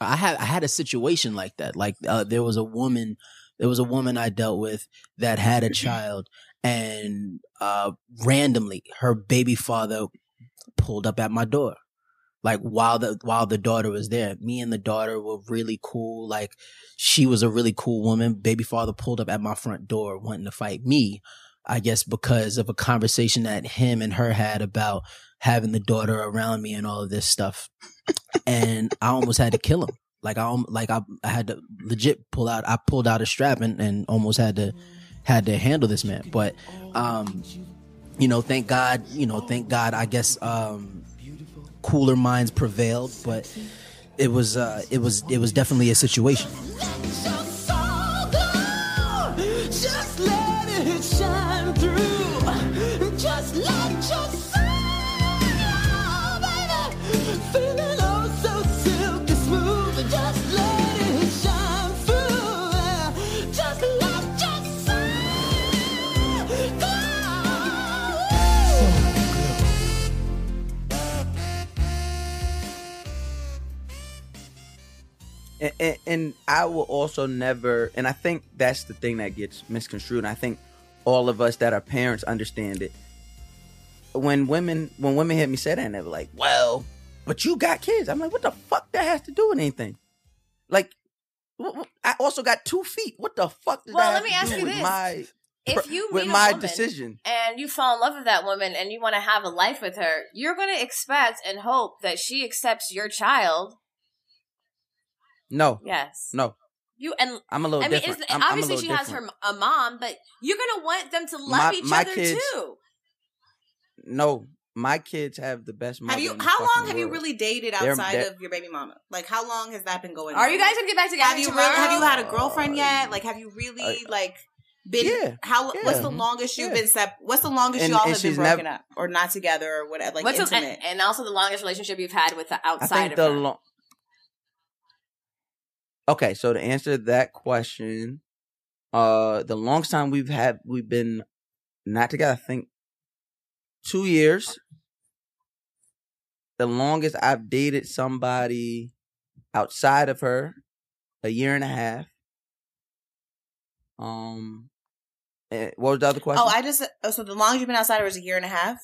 I had I had a situation like that. Like uh, there was a woman, there was a woman I dealt with that had a child, and uh, randomly her baby father pulled up at my door. Like while the while the daughter was there, me and the daughter were really cool. Like she was a really cool woman. Baby father pulled up at my front door wanting to fight me. I guess because of a conversation that him and her had about having the daughter around me and all of this stuff. and I almost had to kill him. Like I alm- like I, I had to legit pull out. I pulled out a strap and, and almost had to had to handle this man. But um, you know, thank God. You know, thank God. I guess um, cooler minds prevailed. But it was uh, it was it was definitely a situation. Just let it shine through. Just let your sun out, baby. Feeling oh so silky smooth. Just let it shine through. Just let your sun go. and, and, and I will also never, and I think that's the thing that gets misconstrued. And I think all of us that are parents understand it. When women, when women hear me say that, and they were like, "Well, but you got kids," I'm like, "What the fuck that has to do with anything?" Like, wh- wh- I also got two feet. What the fuck? Does Well, that let have to me do with ask my If you with meet a my woman decision. and you fall in love with that woman and you want to have a life with her, you're going to expect and hope that she accepts your child. No, Yes. no, You and I'm Mm. a little I mean, different. it's, I'm- I'm a obviously little she has different. her a mom, but you're going to want them to love My- each my other kids- too. no. My kids have the best. mother Have you? in the How fucking long have you world. really dated They're- outside they're- of your baby mama? Like, how long has that been going? Are on? you guys going to get back together Have you tomorrow? really? Have you had a girlfriend yet? Like, have you really Uh, I- like been? Yeah, how? What's the yeah. Mm-hmm. longest you've Yeah. been sep? What's the longest And- you all and have been she's broken never- up or not together or whatever? Like What's the- eh, intimate. and, and also the longest relationship you've had with the I outside think of the her. long. Okay, so to answer that question, uh, the longest time we've had we've been not together, I think, two years. The longest I've dated somebody outside of her, a year and a half. Um, eh, what was the other question? oh, I just. oh, So the longest you've been outside of her is a year and a half.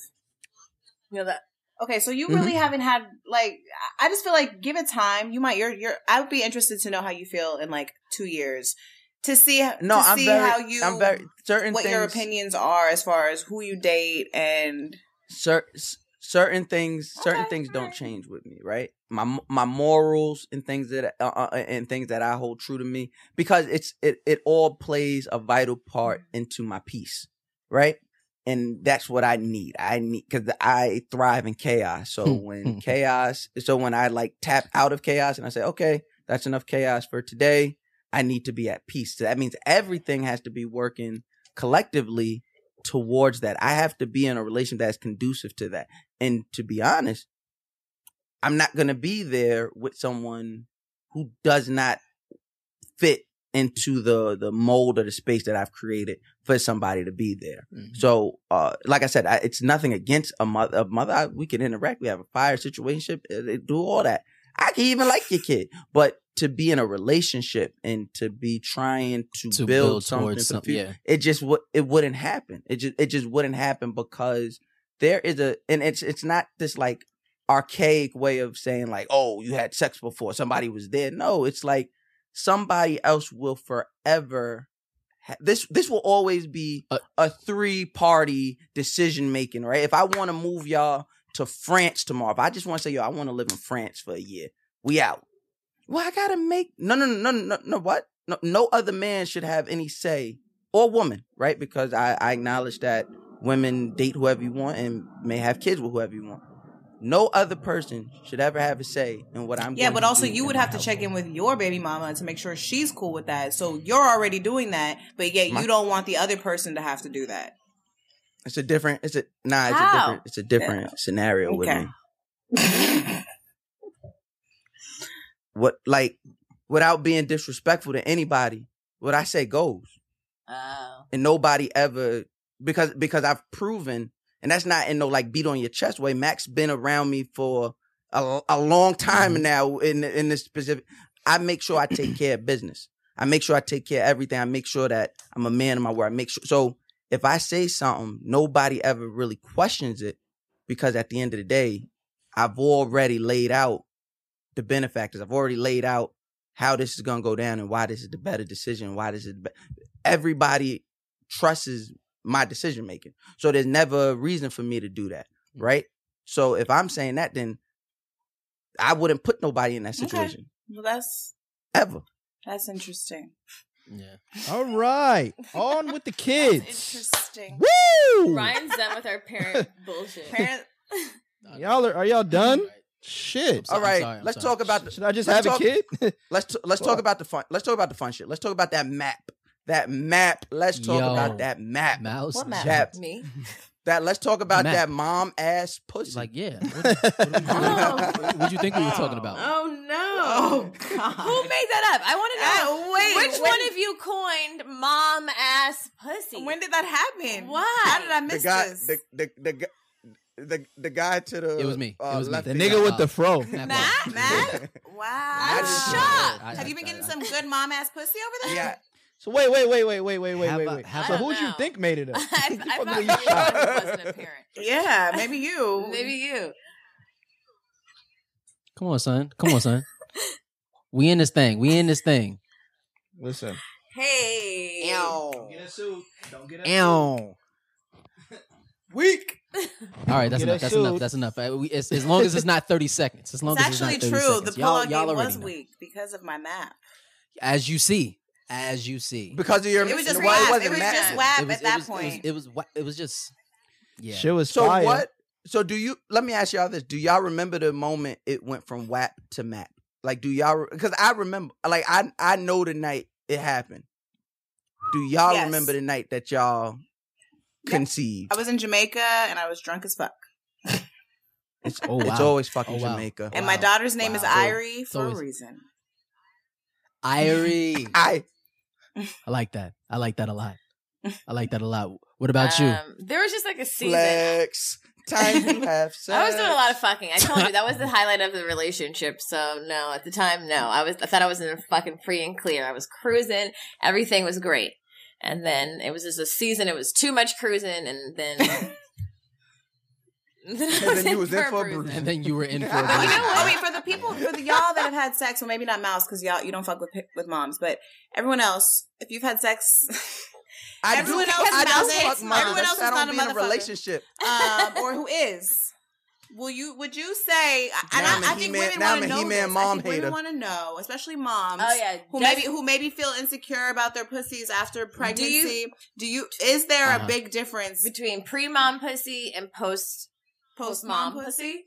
you know, that Okay, so you Mhm. really haven't had like I I just feel like give it time. You might you're you're I would be interested to know how you feel in like two years to see no, to I'm see very, how you I'm very certain what things, your opinions are as far as who you date and cer- s- certain things certain Okay, things don't alright. change with me right my m- my morals and things that uh, uh, and things that i hold true to me because it's it, it all plays a vital part Mm-hmm. into my peace right and that's what i need i need because i thrive in chaos so when chaos so when i like tap out of chaos and i say okay that's enough chaos for today i need to be at peace so that means everything has to be working collectively towards that. I have to be in a relation that's conducive to that. And to be honest, I'm not going to be there with someone who does not fit into the the mold or the space that I've created for somebody to be there. Mm-hmm. So, uh, like I said, I, it's nothing against a mother. A mother, I, we can interact. We have a fire situation. uh, they Do all that. I can even like your kid, but to be in a relationship and to be trying to, To build, build something towards for the some- future, yeah. it just would it wouldn't happen. It just it just wouldn't happen because there is a and it's it's not this like archaic way of saying like, oh, you had sex before, somebody was there. No, it's like somebody else will forever. Ha- this this will always be Uh, a three party decision making, right? If I want to move y'all to France tomorrow, if I just want to say, yo, I want to live in France for a year, we out. Well, I gotta make no, no, no, no, no, no. What? No, no other man should have any say or woman, right? Because I, I acknowledge that women date whoever you want and may have kids with whoever you want. No other person should ever have a say in what I'm. Yeah, going but to also do you in would my have to house. check in with your baby mama to make sure she's cool with that. So you're already doing that, but yet My- you don't want the other person to have to do that. It's a different. It's a nah. It's How? a different. It's a different scenario with Okay. me. What like, without being disrespectful to anybody, what I say goes. Oh. and nobody ever because because I've proven, and that's not in no like beat on your chest way. Max been around me for a, a long time now in in this specific. I make sure I take care of business. I make sure I take care of everything. I make sure that I'm a man of my word. I make sure so if I say something, nobody ever really questions it because at the end of the day, I've already laid out the benefactors. I've already laid out how this is gonna go down and why this is the better decision. Why this is the be- everybody trusts my decision making. So there's never a reason for me to do that, right? So if I'm saying that, then I wouldn't put nobody in that Okay. situation Well, that's ever. that's interesting. Yeah. All right. On with the kids. Interesting. Woo! Ryan's done with our parent bullshit. Parent, Y'all are, are y'all done? Shit. So- All I'm right, sorry, I'm let's sorry. talk about the, Should I just Let's have talk- a kid? let's t- let's talk Fuck. about the fun. Let's talk about the fun shit. Let's talk about that map. That map. Let's talk Yo. about that map. Mouse. what map? matter? Jab. Me? That let's talk about Map. that mom ass pussy. Like, yeah. What, what, what, what'd you think we were talking about? Oh no. Oh God. Who made that up? I want to know. Uh, wait, Which when- one of you coined mom ass pussy? When did that happen? Why? How did I the miss guy, this? the the the gu- the the guy to the. It was me. It uh, was me. left the eye. nigga with the fro. Matt? Matt? Matt? Wow. I'm shocked. I- Have you been I- getting I- some good mom ass pussy over there? Yeah, So wait, wait, wait, wait, wait, wait, wait, Have wait, a- wait. have So a- who do you No. think made it up? I, I You fucking thought really you shocked. wasn't a parent. Yeah, maybe you. Maybe you. Come on, son. Come on, son. we in this thing. We in this thing. Listen. Hey. Ow. weak. All right, that's Get enough. that That's enough. shoot. That's enough. Uh, we- As, as long as it's not thirty seconds. As long It's as actually it's not 30 true. The Seconds. pull-out Y'all- y'all game already was know. weak because of my map. As you see, as you see. because of your. It was just well, whack. it wasn't It was mad. just whack It was- at that it was, point. it was, it was wha- it was just yeah. Shit was So fire. what? So do you? Let me ask y'all this: Do y'all remember the moment it went from WAP to MAP? Like, do y'all? Because I remember. Like, I I know the night it happened. Do y'all Yes. remember the night that y'all Yeah. conceived? I was in Jamaica and I was drunk as fuck. It's, Oh, it's wow. always fucking Oh, wow. Jamaica. And Wow. my daughter's name is Wow. Irie for always- a reason. Irie. I I like that. I like that a lot. I like that a lot. What about you? Um, there was just like a season. flex. Time to have sex. I was doing a lot of fucking. I told you that was the highlight of the relationship. So no, at the time, no. I was I thought I was in a fucking free and clear. I was cruising. Everything was great. And then it was just a season. It was too much cruising, and then. and then, I And then you was in for a bruising. bruise. And then you were in for a But Oh, you know break. what? I mean, for the people, for the y'all that have had sex, well, maybe not mouse because y'all you don't fuck with with moms, but everyone else, if you've had sex, I Everyone do, else I do knows it. fuck moms. Everyone That's else how is I not don't be a in a motherfucker. relationship. um, or who is, will you? Would you say? And Now I'm a I, I think He-Man- women now want I'm a to know. He-Man This. mom I think hater. women want to know, especially moms. Oh yeah, Who Just- maybe who maybe feel insecure about their pussies after pregnancy? Do you- you, is there Uh-huh. a big difference between pre-mom pussy and post post mom mom pussy? pussy?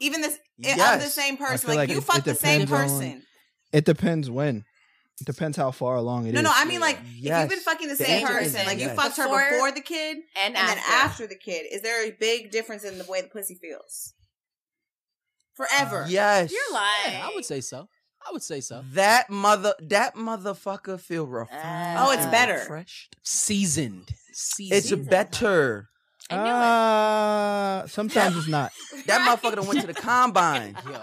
Even this of Yes. the same person, feel like, like you it- fuck it the same depends on- person. It depends when. It depends how far along it is. No, no, I mean like if Yes. you've been fucking the, The same answer is person, like you yes. fucked Before her before the kid and, and after. then after the kid, is there a big difference in the way the pussy feels? Forever. Yes. You're lying. Yeah, I would say so. I would say so. That mother, that motherfucker feel refined. Oh, it's Ah. and better. refreshed. Seasoned. Seasoned. It's better. I knew it. Ah, sometimes it's not. That motherfucker done went to the combine. Yo.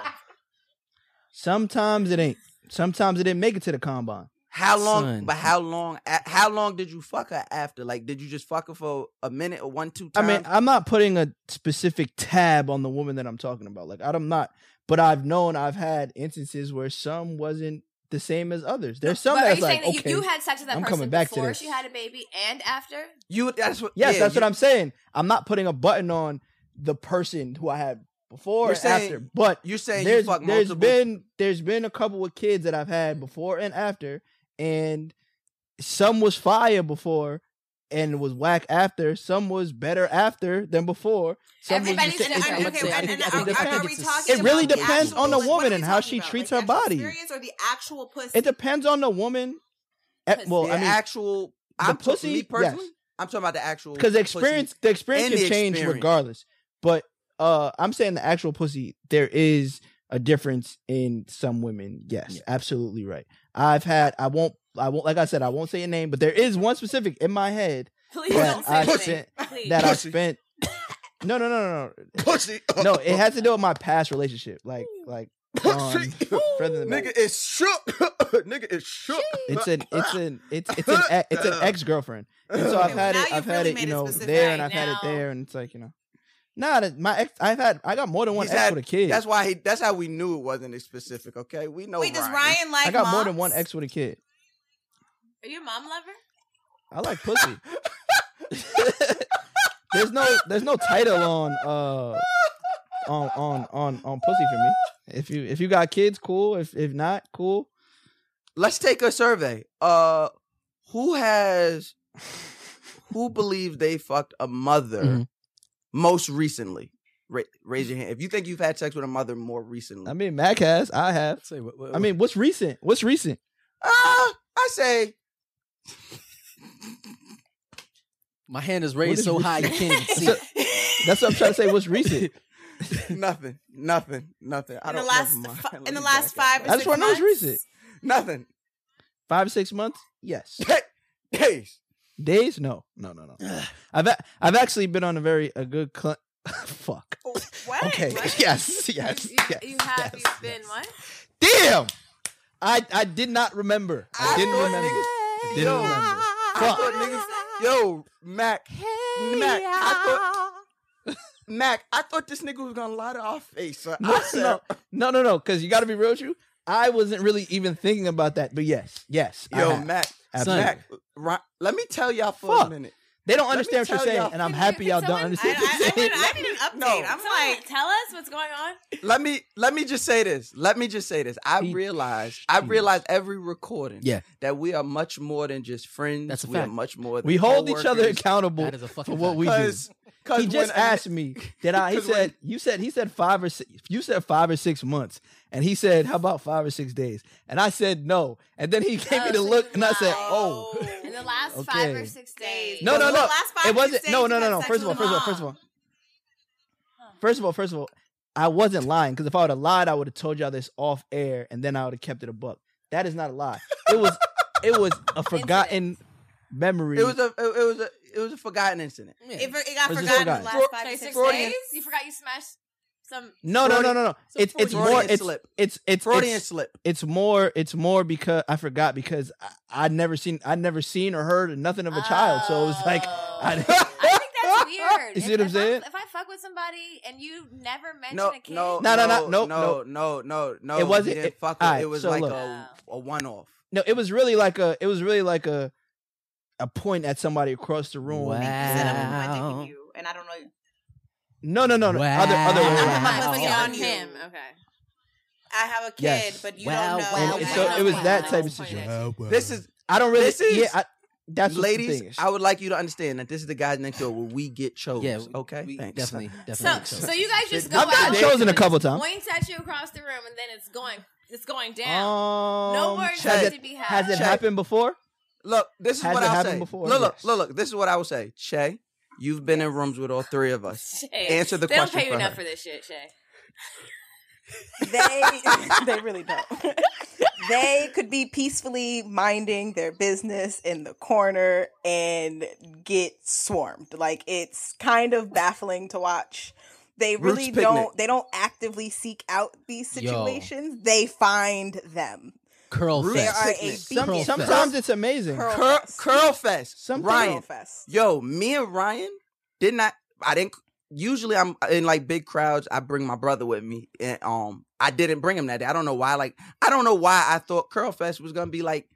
Sometimes it ain't. Sometimes it didn't make it to the combine. How long? Son. But how long? a- How long did you fuck her after? Like, did you just fuck her for a minute or one, two I times? mean, I'm not putting a specific tab on the woman that I'm talking about. Like, I'm not, but I've known I've had instances where some wasn't the same as others. There's some but are that's you like, saying that okay, you, you had sex with that I'm person coming back to before this. she had a baby and after? you. That's what. yes, yeah, that's you- what I'm saying. I'm not putting a button on the person who I had before You're or saying- after, but You're saying you there's, fuck there's multiple. been there's been a couple of kids that I've had before and after, and some was fire before and was whack after. Some was better after than before. Some was Everybody's just- in a- it- it- okay, it- and- it- and- it- I think- it I depends. think it's a- It really about the depends actual on the pussy? woman What are and we how talking she about? treats Like, her that body. Experience or the actual pussy? It depends on the woman. Eh, Pussy. Well, the I mean, actual. I'm pussy, pussy. Me yes. personally, I'm talking about the actual. because the pussy. experience the experience and can the change experience. regardless. But uh, I'm saying the actual pussy, there is a difference in some women. Yes, absolutely right. I've had. I won't. I won't. Like I said, I won't say a name, but there is one specific in my head Please But don't say I anything. spent- Please. that I Pussy. spent. No, no, no, no, Pussy. no. No, it has to do with my past relationship. Like, like. on- further than that. it's shook. nigga, it's shook. It's an, it's an, it's, it's an, e- it's an ex girlfriend. So I've well, had now it, you've I've had really it, you made it know, specific. there, and Right I've had it now- there, and it's like, you know, nah, that- my ex, I've had, I got more than one He's ex had- with a kid. That's why he. That's how we knew it wasn't specific. Okay, we know. Wait, does Ryan. Ryan like? Oh, I got more moms? than one ex with a kid. Are you a mom lover? I like pussy. there's no, there's no title on, uh, on, on, on, on pussy for me. If you, if you got kids, cool. If, if not, cool. Let's take a survey. Uh, who has, who believes they fucked a mother Mm-hmm. Mhm. most recently? Ra- raise your hand if you think you've had sex with a mother more recently. I mean, Mac has, I have. Say what- what- I mean, what's recent? What's recent? Ah, I say my hand is What raised is so re- high you can't even see. So- That's what I'm trying to say. What's recent? nothing, nothing, nothing. I In the don't. last, never mind. fi- Let in the me last back five. out. Or I just six wanna know it's months? recent. Nothing. Five, six months? Yes. Days. Days? No, no, no, no. I've a- I've actually been on a very a good cl- fuck. Oh, What? Okay. What? Yes. Yes. You, yes, you have yes, you've been yes. what? Damn. I I did not remember. I didn't thought remember. niggas- I didn't Yo. remember. I Fuck. thought niggas. Yo, Mac. Mac. I thought. Mac. I thought this nigga was gonna lie to our face. son. I No, said, no, no, no, no. Because you got to be real with you. I wasn't really even thinking about that. But yes, yes. I Yo, have. Mac. Absolutely. Mac. Ri- Let me tell y'all for Fuck. a minute. They don't Let me understand what you're tell saying, y'all- and I'm Can you happy pick y'all don't someone? I, I, understand. I, what need, you're I saying. need an update. No. I'm Someone like, tell us what's going on. Let me let me just say this. Let me just say this. I He- realize I he- realize every recording Yeah. that we are much more than just friends. That's a we are fact. much more than We hold each other coworkers. accountable That is a fucking for what fact. we do. Cause, cause he just when a- asked me did I he 'Cause when- said you said he said five or six you said five or six months and he said how about five or six days and I said no and then he gave Oh, me the so look you and I said lied. oh In the last five or Okay. six days. no no The no last five it or six wasn't days no you no no had no sex first of all with first of all mom. first of all first of all first of all I wasn't lying because if I would have lied I would have told y'all this off air and then I would have kept it a buck that is not a lie it was it was a forgotten memory it was a it was a it was a forgotten incident. If it, it got It's just forgotten in the forgotten. last five So or six six Freudian- days? days. You forgot you smashed some. no no no no no So it's it's Freudian more it's slip. it's it's Freudian it's- slip. it's more it's more because I forgot because I, I'd never seen I'd never seen or heard or nothing of a child. So it was like Oh. I, Oh. I think that's weird. You see If- what I'm if saying? If I fuck with somebody and you never mention No, a kid, no, No, no, no, no, no, no, no, no, no. It wasn't- He didn't it- fuck with- alright, it was so like look. a, a one off. no, it was really like a it was really like a a point at somebody across the room. He said, I'm Wow. gonna put my dick in you, and I don't know. you. No, no, no, no. Other other way I'm gonna Wow. put around. my Wow. pussy Yeah. on him. Okay. I have a kid, Yes. but you Wow, don't know. wow, And it- so it was that type of situation. This is I don't really. This is- yeah, I, that's what the ladies. thing is. I would like you to understand that this is the guys next door where we get chose. Yeah, okay, we thanks. definitely, So, definitely. so you guys just go I've out. gotten chosen a couple times. Points at you across the room, and then it's going, it's going down. no No words check. need to be had. Um, Has it Check. happened before? Look, this is Has what it I'll happened say. before? Look, look, Yes. look, look. This is what I will say. Shay, you've been in rooms with all three of us. Shay, Answer the they question don't pay you for enough her. for this shit, Shay. they they really don't. they could be peacefully minding their business in the corner and get swarmed. Like it's kind of baffling to watch. They Roots really picnic. don't they don't actively seek out these Yo. situations. They find them. Curl Roots There are fest. a Sickness. beacon. Curl fest. Sometimes it's amazing. Curl Cur- fest. curl fest. Some Curl Ryan, fest. yo, me and Ryan did not. I didn't. Usually, I'm in like big crowds. I bring my brother with me, and um, I didn't bring him that day. I don't know why. Like, I don't know why I thought Curl Fest was gonna be like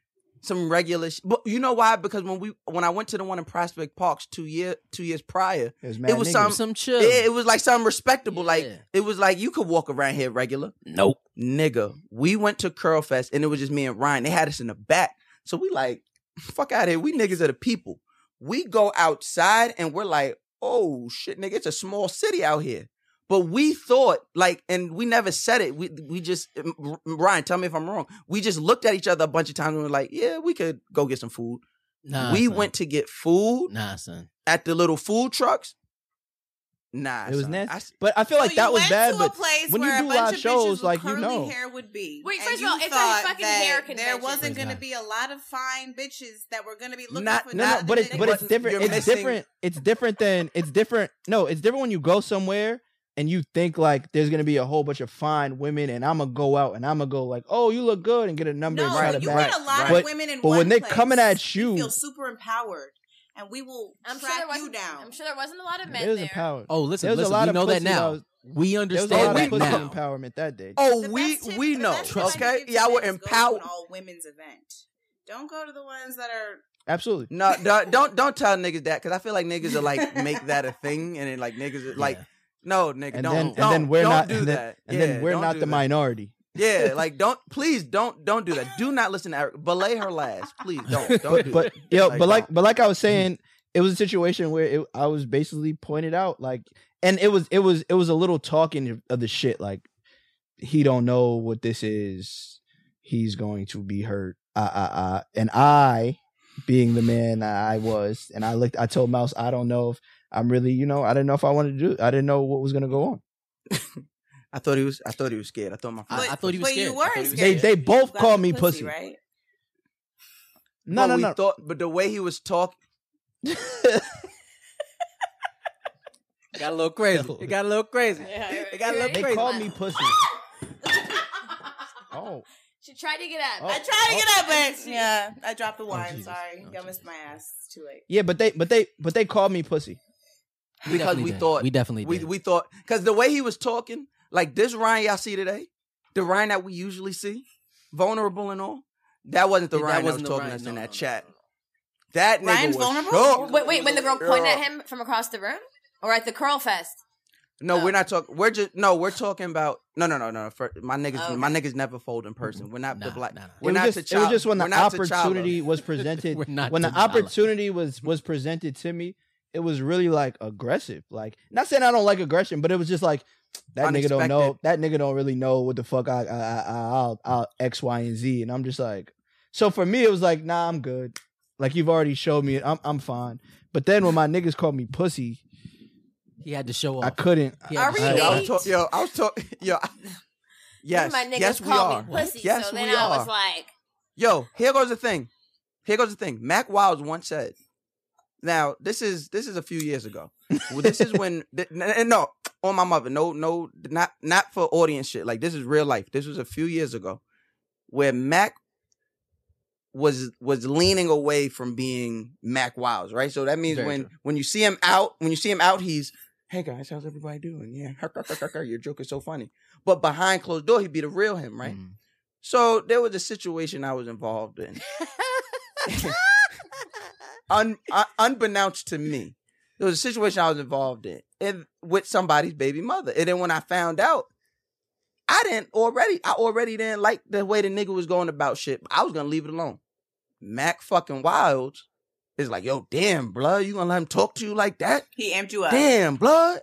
some regular. Sh- but you know why? Because when we when I went to the one in Prospect Parks two year two years prior, It was, mad It was niggas. some- Some chill. it, it was like something respectable. Like Yeah. it was like you could walk around here regular. nope. nigga, we went to Curl Fest and it was just me and Ryan. They had us in the back. So we like, fuck out here. We niggas are the people. We go outside and we're like, oh shit, nigga, it's a small city out here. But we thought, like, and we never said it. We we just um, R- Ryan, tell me if I'm wrong. We just looked at each other a bunch of times and we were like, yeah, we could go get some food. Nah, we son. went to get food Nah, son. at the little food trucks. Nah, It was son. nasty. I s- But I feel like So that you was went bad. to a But place when you where a do bunch live of shows, bitches with like, you curly know. hair would be. Wait, And first of you all, it's a thought fucking that hair There convention. wasn't It's going to not. be a lot of fine bitches that were going to be looking Not- for No, no, Nah, no, another but it's nigga. nigga. but it's You're different. It's missing- different. It's different than it's different. No, it's different when you go somewhere and you think like there's gonna be a whole bunch of fine women, and I'm gonna go out and I'm gonna go like, oh, you look good, and get a number and no, try to you bag. get a lot But- of women in but one when they place, coming at you- feel super empowered, and we will I'm sure track there wasn't. you down. I'm sure there wasn't a lot of men It was there. empowered. Oh, listen, There was a listen. lot we of know that pussy that now. was- we There was a lot understand we of that pussy know. now. empowerment that day. oh, The we best tip- we the know. best advice I Okay, give to y'all were men is go to empowered. an all women's event. Don't go to the ones that are Absolutely. No, don't don't, don't tell niggas that because I feel like niggas are like make that a thing and then like niggas are, like Yeah. no nigga And Oh, don't then and don't, then we're don't not do and then, that and yeah, then we're don't not do the that. minority. yeah like don't please don't don't do that do not listen to Eric belay her last please don't don't do but that. yo, Like, but like, don't. but like I was saying, it was a situation where it, I was basically pointed out, like, and it was, it was, it was a little talking of the shit, like, he don't know what this is, he's going to be hurt, ah ah ah, and I, being the man I was, and I looked, I told Mouse, I don't know if I'm really, you know, I didn't know if I wanted to do, I didn't know what was gonna go on. I thought he was I thought he was scared I thought my friend I, I thought he was but you scared. I were thought he was They, scared. they both got called the me pussy. pussy, right? No, But no, we no. thought but the way he was talking Got a little crazy. It got a little crazy. Yeah, It got a little They crazy. called me pussy. Oh, She tried to get out. Oh. I I tried. tried to get up, but yeah, I dropped the wine. Jesus. Sorry, Oh, y'all Jesus. missed my ass. It's too late. yeah, but they, but they, but they called me pussy. We because definitely we did. thought we definitely we did. we thought because the way he was talking, like this Ryan y'all see today, the Ryan that we usually see, vulnerable and all, that wasn't the Yeah, that Ryan that, wasn't was the talking Ryan. us No, in no, that no, chat. no, That nigga Ryan's was vulnerable? shook. Wait, wait. When the girl pointed at Girl. him from across the room, or at the curl fest. No, Oh. we're not talking. We're just no. We're talking about no, no, no, no. For, my niggas, Okay. my niggas never fold in person. We're not the Nah, black. nah, nah. We're it not was the just, it was just when the opportunity was We're presented not when the T'Challa. opportunity was was presented to me it was really like aggressive like not saying i don't like aggression but it was just like that nigga don't know Unexpected. that nigga don't really know what the fuck i i i i'll, I'll x y and z and i'm just like so for me it was like nah i'm good like you've already showed me it. i'm i'm fine but then when my niggas called me pussy he had to show i off. couldn't He had Are to we show Yo, off. I was talk- yo, I was talking. Yo, I- One yes, of my niggas yes, we called are. me pussy. Yes, so then we I are. was like, Yo, here goes the thing. Here goes the thing. Mac Wiles once said. Now this is this is a few years ago. Well, this is when th- n- n- no on my mother. No, no, not not for audience shit. Like this is real life. This was a few years ago where Mac was was leaning away from being Mac Wiles, right? So that means Very when true. when you see him out, when you see him out, he's hey guys, how's everybody doing? Yeah, your joke is so funny. But behind closed door, he'd be the real him, right? Mm. So there was a situation I was involved in. Un, uh, unbeknownst to me, there was a situation I was involved in and with somebody's baby mother. And then when I found out, I didn't already, I already didn't like the way the nigga was going about shit. I was gonna leave it alone. Mac fucking Wilds is like, yo, damn, blood, you gonna let him talk to you like that? He amped you up. Damn, blood.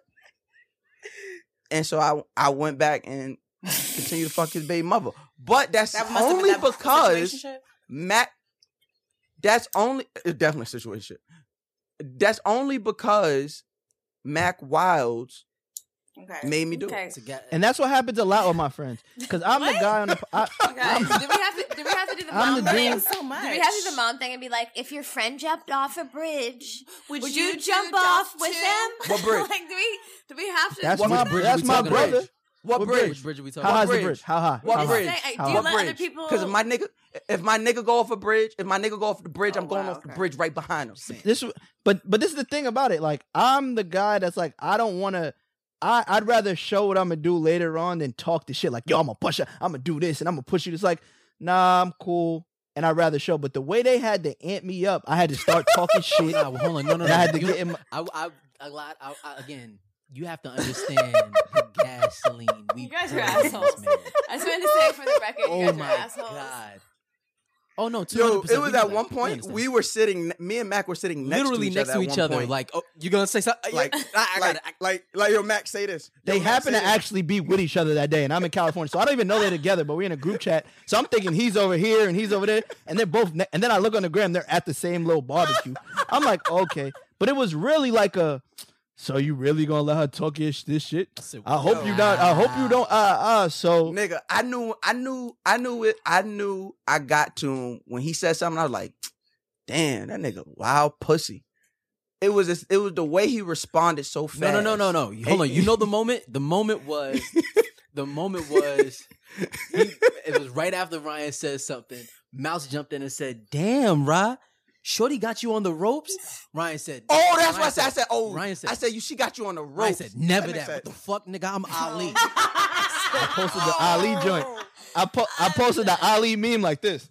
And so I I went back and continued to fuck his baby mother. But that's That must only have been that because situationship. Mac. That's only it's definitely a situation. That's only because Mac Wilds Eh, Okay. made me do it. okay. It's a guy- and that's what happens a lot with my friends because i'm the What? guy on the I, Guys, do we have to? Do we have to do the I'm mom the thing? dude. Thanks so much. Do we have to do the mom thing and be like, if your friend jumped off a bridge, would, you, two jump off with too? them? What bridge? like, do we do we have to? that's What my bridge are that's we my talking about? brother What, What bridge? bridge? Which bridge are we talking How What about? high is the bridge? bridge? How high? What How high? bridge? Hey, How do you high? What let other bridge? people? Because if my nigga, if my nigga go off a bridge, if my nigga go off the bridge, Oh, I'm going wow, off the okay. bridge right behind him. this w- but but this is the thing about it like i'm the guy that's like i don't want to I, I'd rather show what I'm gonna do later on than talk to shit like yo I'm gonna push you I'm gonna do this and I'm gonna push you. It's like nah I'm cool and I'd rather show. But the way they had to amp me up, I had to start talking shit. Nah, well, hold on, no, no, and I had no. to You get know- in. My, I, I, a lot. I, I, again, you have to understand the gasoline. We You guys are pour in this assholes. man. I just wanted to say for the record, you Oh guys are my assholes. god. Oh no, 200%. We Yo, it was got at that. one point understand. we were sitting. Me and Mac were sitting next Literally to each next other to at each one other. point. Like, oh, you gonna say something? like, I got like, it. I- like, like, yo, Mac, say this. Yo, they Mac, happen say to this. actually be with each other that day, and I'm in California, so I don't even know they're together. But we're in a group chat, so I'm thinking he's over here and he's over there, and they're both. Ne- and then I look on the gram, they're at the same little barbecue. I'm like, okay, but it was really like a. So you really gonna let her talk your sh- this shit? said, I hope you not. I hope you don't. Uh, uh. So Nigga, I knew, I knew, I knew it. I knew I got to him when he said something. I was like, "Damn, that nigga, wild pussy." It was, this, it was the way he responded so fast. No, no, no, no, no. Hold on. You know the moment. The moment was. The moment was. He, it was right after Ryan said something. Mouse jumped in and said, "Damn, Rod, Shorty got you on the ropes." Ryan said, Oh, that's Ryan why I said, I said, "Oh, Ryan said, I said, you, she got you on the Ryan ropes." said, never That that. makes Oh, What the fuck, nigga? I'm Ali. I posted the Ali joint. I po- I posted the Ali meme like this.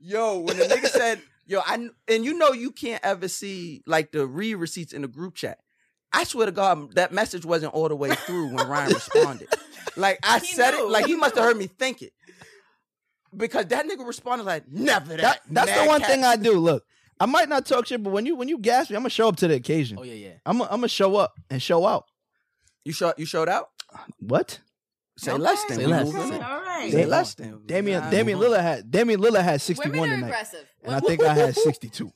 Yo, when the nigga said, "Yo," I kn- and you know you can't ever see like the re receipts in the group chat. I swear to God, that message wasn't all the way through when Ryan responded. Like I He said knew. it, like he must have heard me think it, because that nigga responded like, "Never That, that." that's the mad one cat." thing I do. Look, I might not talk shit, but when you when you gas me, I'm gonna show up to the occasion. Oh yeah, yeah. I'm gonna, I'm gonna show up and show out. you showed. You showed out. What? Say less than. Say we less. moving. Say All right. Say They- less than. Damian Nah, Damian move on. Lillard had Damian Lillard had 61 Women are tonight, aggressive. and I think I had 62.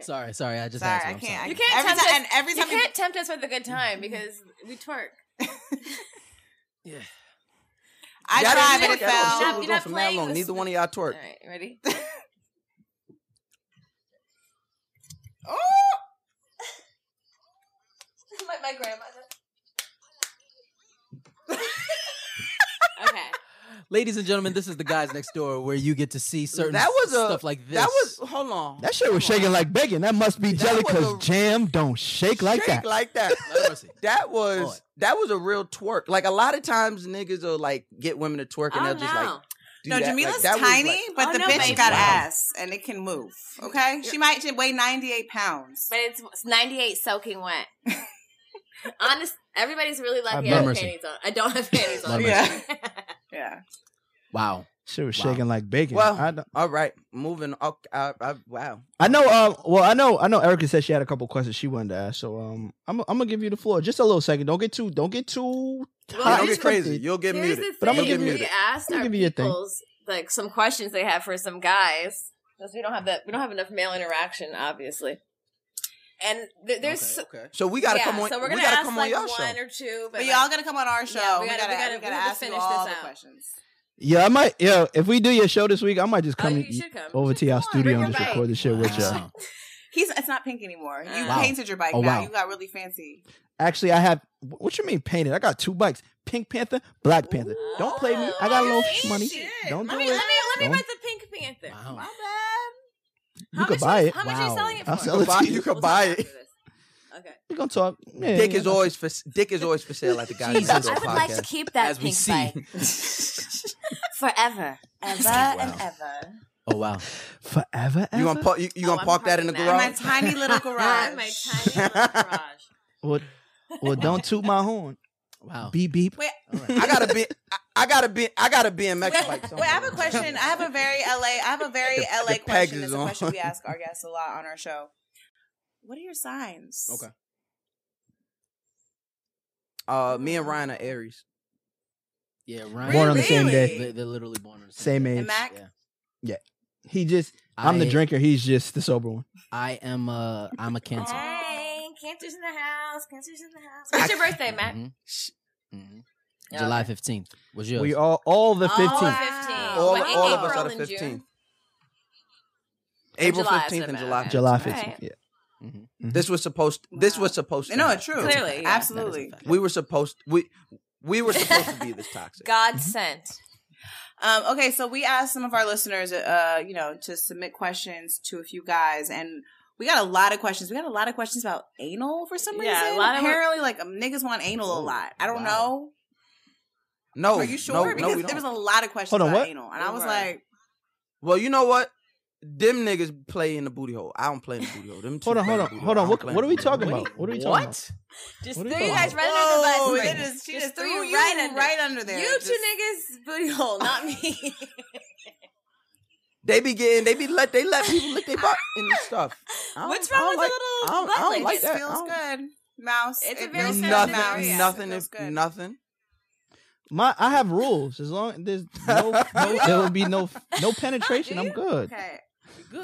Sorry, sorry. I just Sorry, had to. I I'm sorry. can't. You can't every tempt time, us- and every you time can't tempt us with a good time because we twerk. I Y'all tried, didn't twerk. but it Y'all You're not don't fell. shit was going for playing mad long. this- Neither one of y'all All twerk. right, ready? Oh, like my grandma. okay. Ladies and gentlemen, this is the guys next door where you get to see certain That was a- stuff like this. That was hold on. That shit was shaking like bacon. That must be jelly was because a- jam don't shake like Shake that. Like that. Lord mercy. That was Lord. that was a real twerk. Like a lot of times niggas will like get women to twerk and Oh they'll just like no! do no, that. Jamila's Like, that was, tiny, like- but Oh, the no, bitch baby. got Wow. ass and it can move. Okay, she might weigh ninety eight pounds. But it's, it's 98 soaking wet. Honest, everybody's really lucky I I have mercy. panties on. I don't have panties on. Lord mercy. Yeah, Wow. Shit was Wow. shaking like bacon. Well- I, don't- all right, moving. Up, I, I, wow. I know. Um, well, I know. I know. Erica said she had a couple questions she wanted to ask. So, um, I'm, I'm gonna give you the floor just a little second. Don't get too. Don't get too. Well, Yeah, hot. don't here's get crazy. You'll get Here's muted. the thing: But I'ma give you- we asked I'ma our give you your thing. peoples like some questions they have for some guys because we don't have that. We don't have enough male interaction, obviously. And th- there's okay, okay. So we gotta yeah, come on. So we're we gonna gotta ask come on like y'all one show. or two, but, but like, y'all gotta come on our show. Yeah, we we, gotta- gotta, we gotta- we we gotta have to ask you finish all this the out. questions. Yeah, I might. Yeah, if we do your show this week, I might just Oh, come you to- should come. over to y'all Come on, studio bring and your just bike. record the shit with y'all. Wow. He's it's not pink anymore. You Wow. painted your bike Oh, now. wow. You got really fancy. Actually, I have. What you mean painted? I got two bikes: Pink Panther, Black Panther. Don't play me. I got a little money. Don't do let me, Let it. me, let Don't- me buy the Pink Panther. Wow. My bad. You how much could buy is, it. How much are you Wow. selling it for? I'll sell it buy- to you you. could We'll buy talk it. after this. Okay. We're gonna talk. Yeah, Dick yeah, is yeah. always for Dick is always for sale at the guy next door I would like to podcast. keep that As we pink see. bike forever, ever and ever. Oh wow. forever. Ever? You gonna park? You, you Oh, gonna I'm park that in the parking In my garage? that. tiny little garage. In my tiny little garage. Well, well, don't toot my horn. Wow. Beep beep. Wait, I gotta be. I, I gotta be. I gotta be in Mexico. wait, wait, I have a question. I have a very LA. I have a very The- LA the pegs question. is It's a on. question we ask our guests a lot on our show. What are your signs? Okay. Uh, me and Ryan are Aries. Yeah, Ryan. Born on the same Really? They, are literally born on the same, Same day. age. And Mac, Yeah. He just. I'm the I- drinker. He's just the sober one. I am a. I'm a cancer. Hey, cancer's in the house. Cancer's in the house. What's your birthday, Matt? Mhm. Mhm. July fifteenth was yours. We all all the Oh, 15. Oh, All, in What, all of April us are and the June? fifteenth. April July, I said fifteenth and that. July. Okay. July All 15th. right. Yeah. Mm-hmm. This was supposed. This Wow. was supposed. to No, happen. it's true. Clearly, yeah. absolutely. We were supposed. We we were supposed to be this toxic. God sent. Um, okay, so we asked some of our listeners, uh, you know, to submit questions to a few guys, and we got a lot of questions. We got a lot of questions about anal for some reason. Yeah, a lot of- Apparently, like um, niggas want anal a lot. I don't know. No, Are you sure? Oh, No, no, because we there don't. was a lot of questions Hold on, about what? anal, and I was Right. like, well, you know what? Them niggas play in the booty hole. I don't play in the booty hole. Them two Hold on, play in hold the on, booty hold hole. on. I What, don't play what are in we the booty talking hole. about? What are we talking about? What? Just What are threw you you talking guys about? right under the "Whoa, bus. they just- she Just just threw threw you you right under. right under there. You Just- two niggas booty hole, not me. They be getting. They be let. They let people lick their butt and stuff. I don't- What's I wrong don't with like- the I little don't- butt I don't lick? like It that. I feels don't- good, mouse. It's It a very feels sensitive good, nothing, mouse. area. nothing, It if, feels good. nothing. My, I have rules. As long there's no, no there will be no no penetration. I'm good. Okay,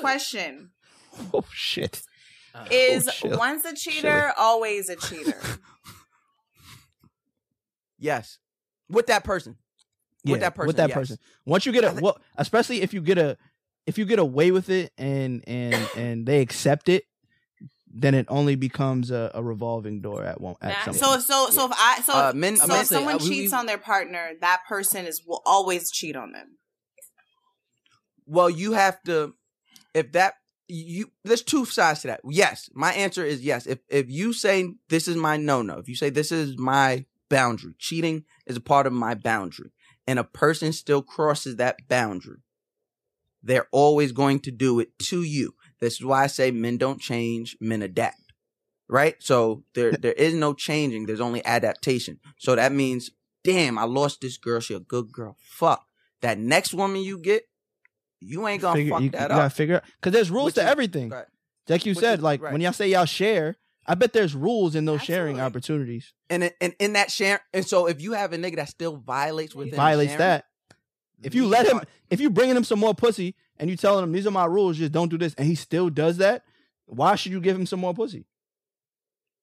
question. Oh shit! is Oh, chill. once a Chilly. cheater, always a cheater. Yes, with that person. Yeah, with that person. With that yes. person. Once you get a, I thi- well, especially if you get a, if you get away with it and and and they accept it, then it only becomes a, a revolving door at one at some. so point. so so if I so Uh, men- so I'm gonna if say, someone uh, we- cheats we- on their partner, that person is will always cheat on them. Well, you have to. If that you, there's two sides to that. Yes, my answer is yes. If if you say this is my no no, if you say this is my boundary, cheating is a part of my boundary, and a person still crosses that boundary, they're always going to do it to you. This is why I say men don't change, men adapt. Right? So there there is no changing, there's only adaptation. So that means, damn, I lost this girl, she a good girl. Fuck. That next woman you get, you ain't gonna Figure- fuck you, that you up. gotta figure out because there's rules Which to is- everything. Right. Like you Which said, is- like right. when y'all say y'all share, I bet there's rules in those sharing Absolutely. opportunities. and it- and in that share, and so if you have a nigga that still violates within Violates sharing, that. If you we let him, are- if you bringing him some more pussy and you telling him these are my rules, just don't do this, and he still does that, why should you give him some more pussy?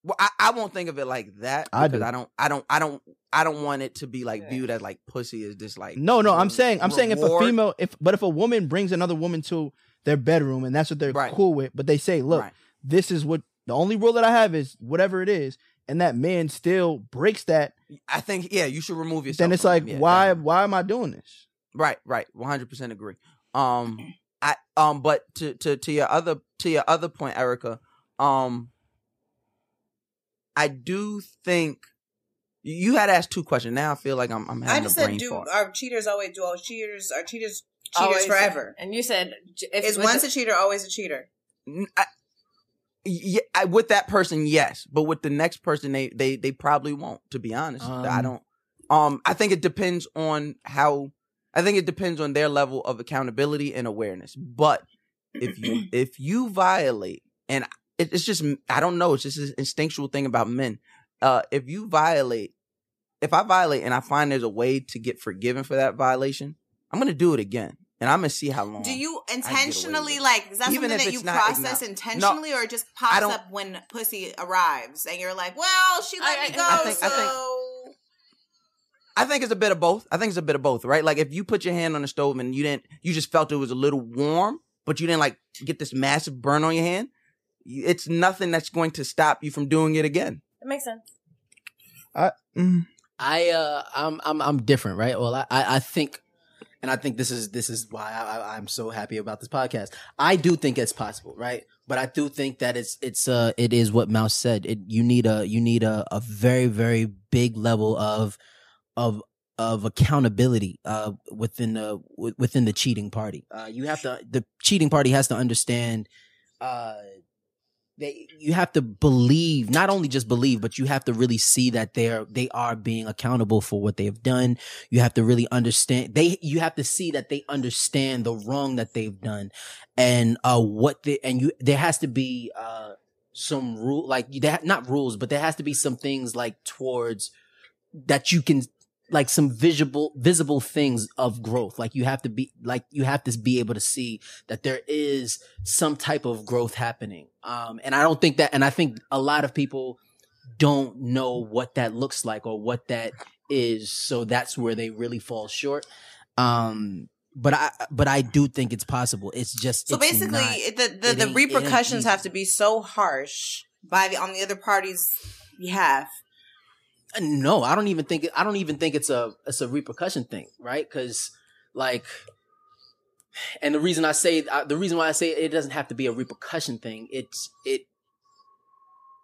well, I, I won't think of it like that I because do. I don't, I don't, I don't, I don't want it to be like viewed as like pussy is just like No, no, I'm re- saying, I'm saying if a reward. female, if but if a woman brings another woman to their bedroom and that's what they're Right. cool with, but they say, look, Right. this is what the only rule that I have is whatever it is, and that man still breaks that, I think yeah, you should remove yourself. then it's from it. like, Yeah, why, definitely. why am I doing this? Right, right, one hundred percent agree. Mm. Um, I um, but to to to your other to your other point, Erica, um, I do think you had asked two questions. Now I feel like I'm I'm having I just a brain said, do fart. are cheaters always do? All cheaters are cheaters cheaters Always. forever? And you said j- if Is with once the- a cheater, always a cheater? N- I- y- I- with that person, yes, but with the next person, they they they probably won't. To be honest, I Um, don't. Um, I think it depends on how. I think it depends on their level of accountability and awareness. But if you if you violate, and it, it's just I don't know, it's just an instinctual thing about men. Uh, if you violate, if I violate and I find there's a way to get forgiven for that violation, I'm gonna do it again, and I'm gonna see how long. Do you away with intentionally it. like? Is that Even something if that it's you not process acknowledged. intentionally, or it just pops don't- up when pussy arrives and you're like, well, she let I- me I- go, I think- so. I think- I think it's a bit of both. I think it's a bit of both, right? Like if you put your hand on the stove and you didn't, you just felt it was a little warm, but you didn't like get this massive burn on your hand. y- It's nothing that's going to stop you from doing it again. That makes sense. I uh I'm I'm I'm different, right? Well, I I, I think and I think this is this is why I, I, I'm so happy about this podcast. I do think it's possible, right? But I do think that it's it's uh it is what Mouse said. It you need a you need a, a very very big level of of of accountability uh within the wi- within the cheating party. Uh, you have to the cheating party has to understand uh they you have to believe not only just believe but you have to really see that they're they are being accountable for what they have done you have to really understand they you have to see that they understand the wrong that they've done and uh what they and you there has to be uh some rule like that not rules but there has to be some things like towards that you can like some visible visible things of growth like you have to be like you have to be able to see that there is some type of growth happening. Um, and I don't think that, and I think a lot of people don't know what that looks like or what that is. So that's where they really fall short. Um, but I but I do think it's possible. It's just So it's basically, not- it- the it the, the ain't- it ain't repercussions easy. have to be so harsh by the on the other parties. You have Uh, no, I don't even think I don't even think it's a it's a repercussion thing, right? Because like, and the reason I say I- the reason why I say it doesn't have to be a repercussion thing, it's it,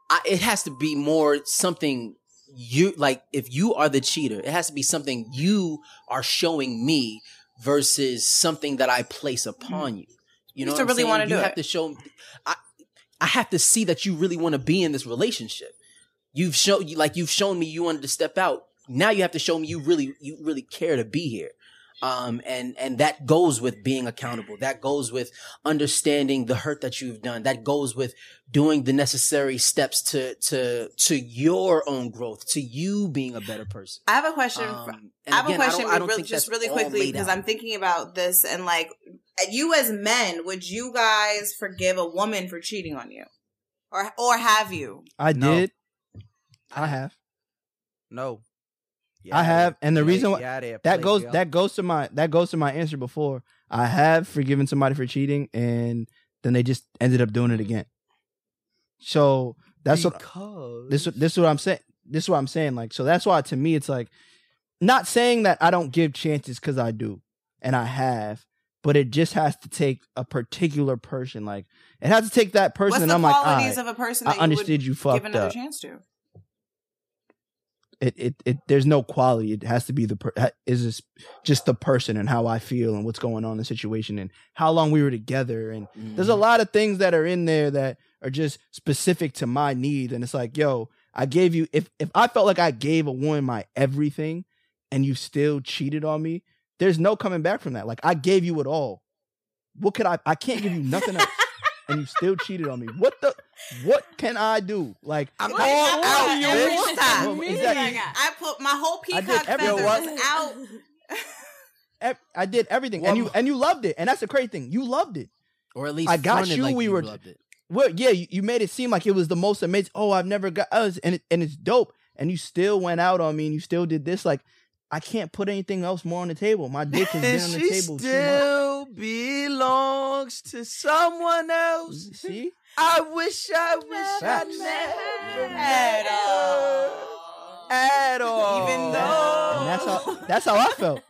I, it has to be more something you like. If you are the cheater, it has to be something you are showing me versus something that I place upon you. You know, Mm-hmm. You still what I'm really saying? wanna do You have it. to show. I I have to see that you really want to be in this relationship you've shown you like you've shown me you wanted to step out now you have to show me you really you really care to be here um and and that goes with being accountable that goes with understanding the hurt that you've done that goes with doing the necessary steps to to to your own growth to you being a better person I have a question. um, I and have again, a question, I don't, I don't real- think just that's really all quickly, laid because out. I'm thinking about this and like you as men, would you guys forgive a woman for cheating on you, or or have you? I No. did. I have. No. I have, and the Play- reason why- you outta here, that goes player. that goes to my that goes to my answer before. I have forgiven somebody for cheating, and then they just ended up doing it again. So that's what because this this is what I'm saying. This is what I'm saying. Like so, that's why to me it's like not saying that I don't give chances because I do, and I have, but it just has to take a particular person. Like it has to take that person, What's and the I'm like, "Alright, qualities of a person that I understood you, you would give fucked another up. chance to? It, it it there's no quality. It has to be the per- ha- is this just the person and how I feel and what's going on in the situation and how long we were together and Mm. there's a lot of things that are in there that are just specific to my need. And it's like, yo, I gave you if if I felt like I gave a woman my everything and you still cheated on me, there's no coming back from that. Like I gave you it all. What could I I can't give you nothing else. And you still cheated on me. What the what can I do? Like I'm all not- out, I'm not- bitch. I'm not- Well, Me. exactly. I put my whole I did peacock feather everything. was out. Ev- e, I did everything. and you and you loved it. And that's the crazy thing. You loved it. or at least I got fronted you, like we were- loved it. Well, yeah, you, you made it seem like it was the most amazing. Oh, I've never got us, and it, and it's dope. And you still went out on me, and you still did this. Like, I can't put anything else more on the table. My dick has been and on the she table. too much. still belongs to someone else. See, I wish I wish I Facts. never At met her all. at all. Even though- and that's how that's how I felt.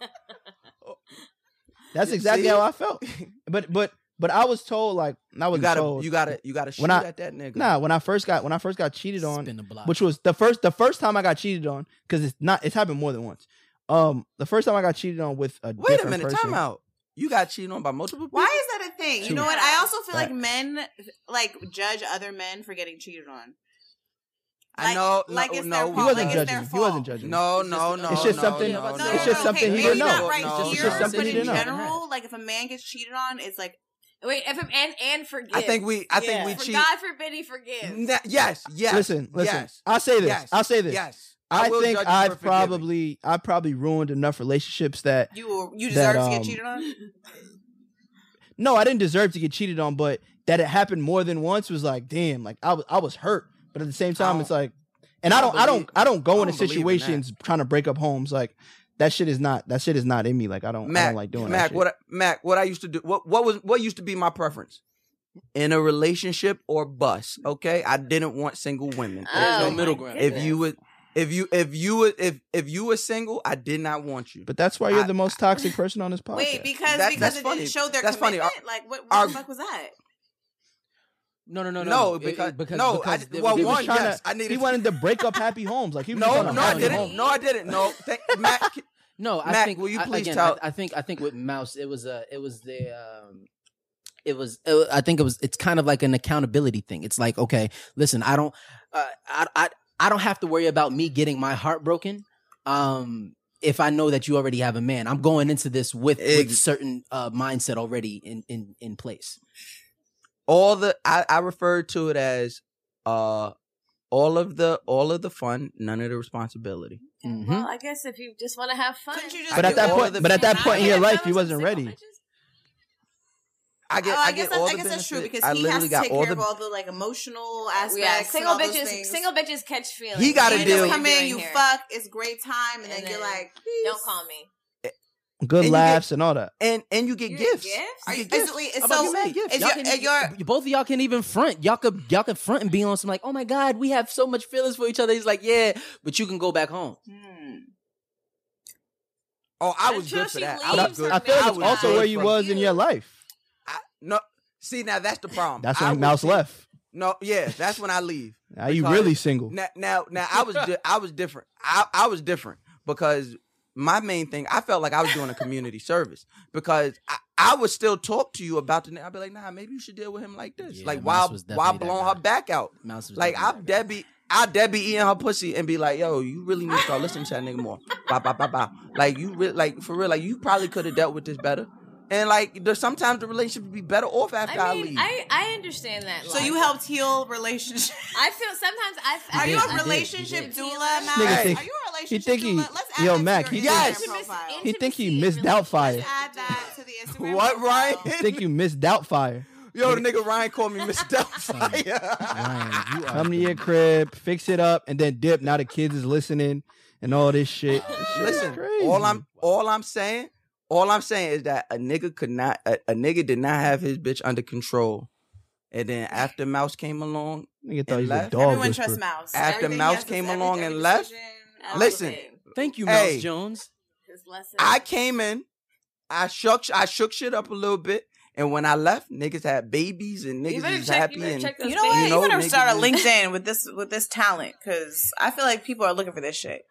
That's You exactly see? how I felt. But but but I was told like I was you gotta told you gotta you gotta shoot When I- at that nigga. nah when I first got when I first got cheated on, Spin the block. which was the first the first time I got cheated on because it's not it's happened more than once. Um, the first time I got cheated on with a Wait a different minute, person, time out. You got cheated on by multiple people. Why is that a thing? You Two. know what? I also feel like Facts. men like judge other men for getting cheated on. I know no, like it's their no, He fault. wasn't Like it's judging. their me. He wasn't fault. judging. me. No, It's just no, a- no. It's just no, something- No, it's No, just no, no. something okay, he maybe didn't know. not right No, no, here, It's just something but he in didn't know. general, like if a man gets cheated on, it's like Wait, if, and and forgive. I think we. I think Yeah. we For cheat. God forbid he forgives. Na- yes, yes. Listen, listen. Yes, I'll say this. yes, I'll say this. Yes. I, will think judge you for I've forgiving. probably I probably ruined enough relationships that you were, you That, deserve to um, get cheated on. no, I didn't deserve to get cheated on, but that it happened more than once was like, damn, like I was I was hurt. But at the same time, don't- it's like and I I don't don't I don't believe- I don't go I into don't believe in situations trying to break up homes like that shit is not that shit is not in me. Like I don't I Mac, don't like doing Mac, that. shit. what I, Mac, what I used to do, what what was what used to be my preference in a relationship or bus? Okay, I didn't want single women. There's no Oh, middle my ground. If you would, if you if you would, if if you were single, I did not want you. but that's why you're I- the most toxic person on this podcast. Wait, because That- because that's it funny. didn't show their That's funny. commitment. Our- like what, what our- the fuck was that? no, no, no, no, no, It- it- because, because no, I, because there well, was- he was one, tryna- yes, I needed. he wanted to break up happy homes. Like he was no, trying to no, I harm didn't. homes. No, I didn't. No, thank, Mac, No, I Mac, think. will you I, please again, tell- I, I think. I think with Mouse, it was a. It was the. Um, it was. It, wa- I think it was. It's kind of like an accountability thing. It's like, okay, listen, I don't. Uh, I, I I don't have to worry about me getting my heart broken. Um, if I know that you already have a man, I'm going into this with with Ex- certain uh mindset already in in in place. all the I, I refer to it as uh all of the all of the fun, none of the responsibility. Mhm. Well, I guess if you just want to have fun. Couldn't you just? But But I at get that all point, of the Mm-hmm. but at that benefits. point in your I life, he wasn't ready. I get oh, I, I, guess get that's, all I the guess that's true benefits. because I he has literally to got take all care of the all the like emotional aspects. Yeah, and single all those bitches. things. Single bitches catch feelings. He gotta You know You deal- just what come you're in, doing you here. fuck, it's great time, and, And then, you're then like, Don't peace. call me. good And you get- laughs and all that. and and you get You get gifts. gifts? I get Is- gifts. wait, I'm about so- to get mad gifts. is Y'all your- can- is your- B- both of y'all can't even front. Y'all could y'all could front and be on some like, oh my god, we have so much feelings for each other. He's like, yeah, but you can go back home. Hmm. oh, I was Until good for she that. But I, I was leaves her good. I feel like I it's was also good where you for was you. in your life. I- no, see now that's the problem. That's I when would Mouse be- left. No, yeah, that's when I leave. Now you because- really single. Now, now, now I was di- I was different. I, I was different because my main thing I felt like I was doing a community service because I, I would still talk to you about the. ni- I'd be like, nah, maybe you should deal with him like this, Yeah, like Mouse while was while definitely that blowing guy. her back out. Mouse was Like definitely I'm that guy. Debbie. I Debbie eating her pussy and be like, yo, you really need to start listening to that nigga more. Bah, bah, bah, bah. Like you really like for real, like you probably could have dealt with this better. And like there's sometimes the relationship would be better off after I, I mean, leave. I, I understand that. So you help. helped heal relationships. I feel sometimes I. Are I- you did, a I did, relationship he did. doula, Mac? Nigga think- Are you a he relationship think he- doula? Let's add yo, that to Mac, your he Yes. Instagram Intimacy- profile. He think he intimacy missed really- Doubtfire. Let's add that to the Instagram what profile. Ryan? I think you missed Doubtfire. Yo, the nigga Ryan called me Miss Doubtfire. Ryan, you are Come to the- your crib, fix it up, and then dip. Now the kids is listening and all this shit. This shit is Oh, Listen, crazy. all I'm all I'm saying, all I'm saying is that a nigga could not a, a nigga did not have his bitch under control. And then after Mouse came along, nigga thought and you was a left. dog Everyone whisperer. trusts Mouse. After Everything he Mouse has is came every- along every and left, decision. listen. Thank you, Hey. Mouse Jones. I came in, I shook I shook shit up a little bit, and when I left, niggas had babies and niggas is happy and You know what? You You know, better niggas start a is- LinkedIn with this with this talent because I feel like people are looking for this shit.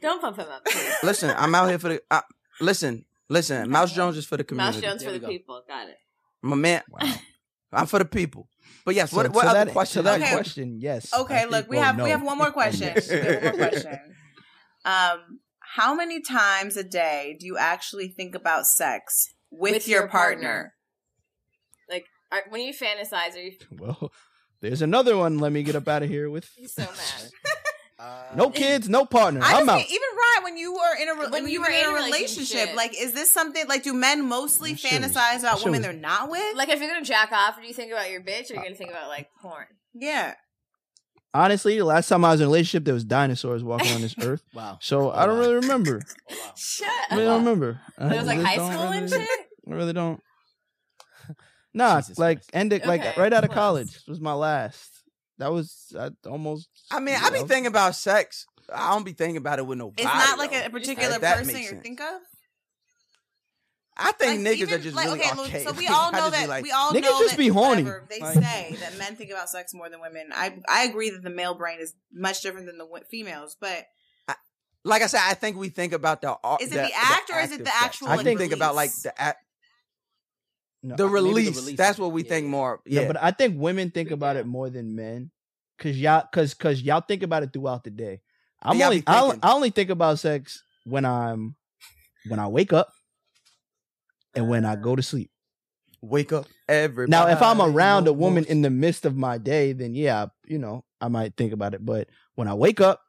Don't pump him up. please. listen, I'm out here for the uh, listen, listen, Mouse Jones is for the community. Mouse Jones There for we the go. people. Got it. My man, I'm for the people. But yes, So what, what to other that, question? To that I got? question, yes. I Okay, think- look, we well, have no. we have one more question. Yes. we have one more question. Um, how many times a day do you actually think about sex with, With your, your partner? partner. Are, when you fantasize, are you Well, there's another one. Let me get up out of here with he's so mad? Uh, no kids, no partner. I I'm just out. can't- even Ryan, when you were in a re- when, you were in a relationship, relationship. like is this something like do men mostly That shit was- fantasize that about shit women was- they're not with? Like if you're gonna jack off, do you think about your bitch or you're gonna think about like porn? yeah, Honestly, the last time I was in a relationship, there was dinosaurs walking on this earth. Wow. So I don't really remember. Shut I up. really don't remember. It was like really high don't school and really- shit. I really don't. Nah, Jesus like Christ. ended like Okay, right out of close. college was my last. That was I almost. I mean, I be yeah. thinking about sex. I don't be thinking about it with no. it's body, not like though. a particular If that person makes you sense. think of. I think Like, niggas even- are just like, really look, archaic. So we all I know just be that like, we all Niggas know just that be horny. whatever, They Like- say that men think about sex more than women. I I agree that the male brain is much different than the wo- females, but like I said, I think we think about the ar- Is it the act or is it of the sex. actual I think think about like release? the act, No, the maybe the release. release. That's what we Yeah, think yeah. more. Yeah, Yeah, but I think women think about it more than men, cause y'all, cause cause y'all think about it throughout the day. I'm Y'all only be I, only- thinking. I only think about sex when I'm when I wake up and when I go to sleep. wake up everybody. Now, if I'm around a woman in the midst of my day, then yeah, you know I might think about it. But when I wake up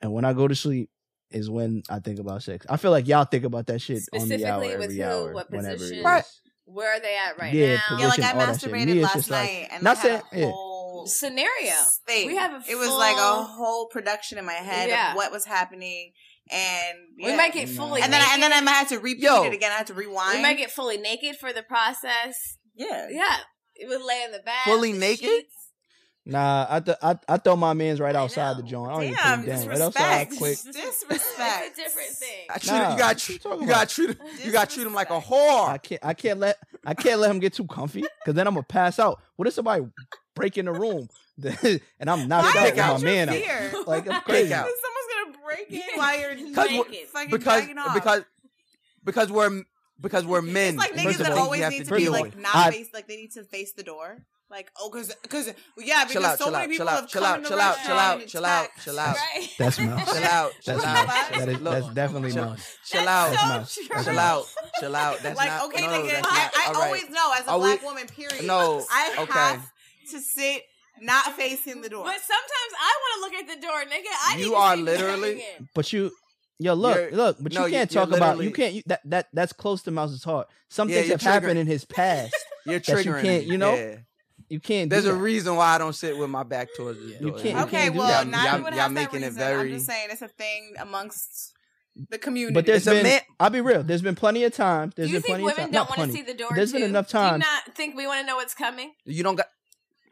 and when I go to sleep is when I think about sex. I feel like y'all think about that shit on the hour, Specifically with every who, hour, what whenever it position? is. Right. Where are they at right Yeah, now? yeah, like I Position, all that shit. Me, masturbated it's last just like- night and Not I had saying- yeah. a whole Scenario. thing. We have a it was like a full- whole production in my head Yeah. of what was happening, and yeah. We might get fully and then naked. I, and then I had to repeat Yo. it again. I had to rewind. we might get fully naked for the process. yeah. Yeah, it would lay in the bath. Fully the naked? sheets. Nah, I, th- I I throw my man's right I outside the know. joint. I don't Damn, even put him down. disrespect. Right outside, quick. Disrespect. It's a different thing. I treat Nah, you what got you you talking got treat him, you got treat him like a whore. I can't I can't let I can't let him get too comfy because then I'm gonna pass out. What if somebody break in the room and I'm Why knocked Why out is with that my your man out? fear? Like I'm Kick crazy. out. Someone's gonna break in while you're Cause we're- naked. Fucking Because jacking off. because because we're because we're men. It's like First niggas of that all, you always have need to, first be deal of like with it. not I- face like they need to face the door. Like oh, cause cause yeah, because Chill out, so chill many out, people chill out, have chill come out, in the chill out, chill restaurant out, chill out, chill out, and attacked. Right? That's mouse. chill out, chill That's out, mouse. That is Look. that's definitely Chill- mouse. chill out. That's so mouse. true. That's Chill mouse. out. Chill out. That's like not, okay, no, nigga, that's I, not, I all right. always know as a Are we- black woman. Period. No, I okay. have to sit not facing the door. But sometimes I want to look at the door, nigga. I You need to are see what's literally- happening in. But you, yo, look, You're- look, but no, you you- can't you're talk about literally- you can't you, that that that's close to Mouse's heart. Some Yeah, things you're have happened triggering- in his past. You're triggering. that you can't, me. you know? Yeah. You can't. There's do a that. reason why I don't sit with my back towards the You door. can't- you okay, do well, that. not Y'all- everyone y'all has that making it reason. very- I'm just saying it's a thing amongst the community. But there's It's a been, man- I'll be real. There's been plenty of time. There's Do you been think plenty of women time. don't want Not plenty. to see the door? There's been too? enough Do you time. not think we want to know what's coming? You don't got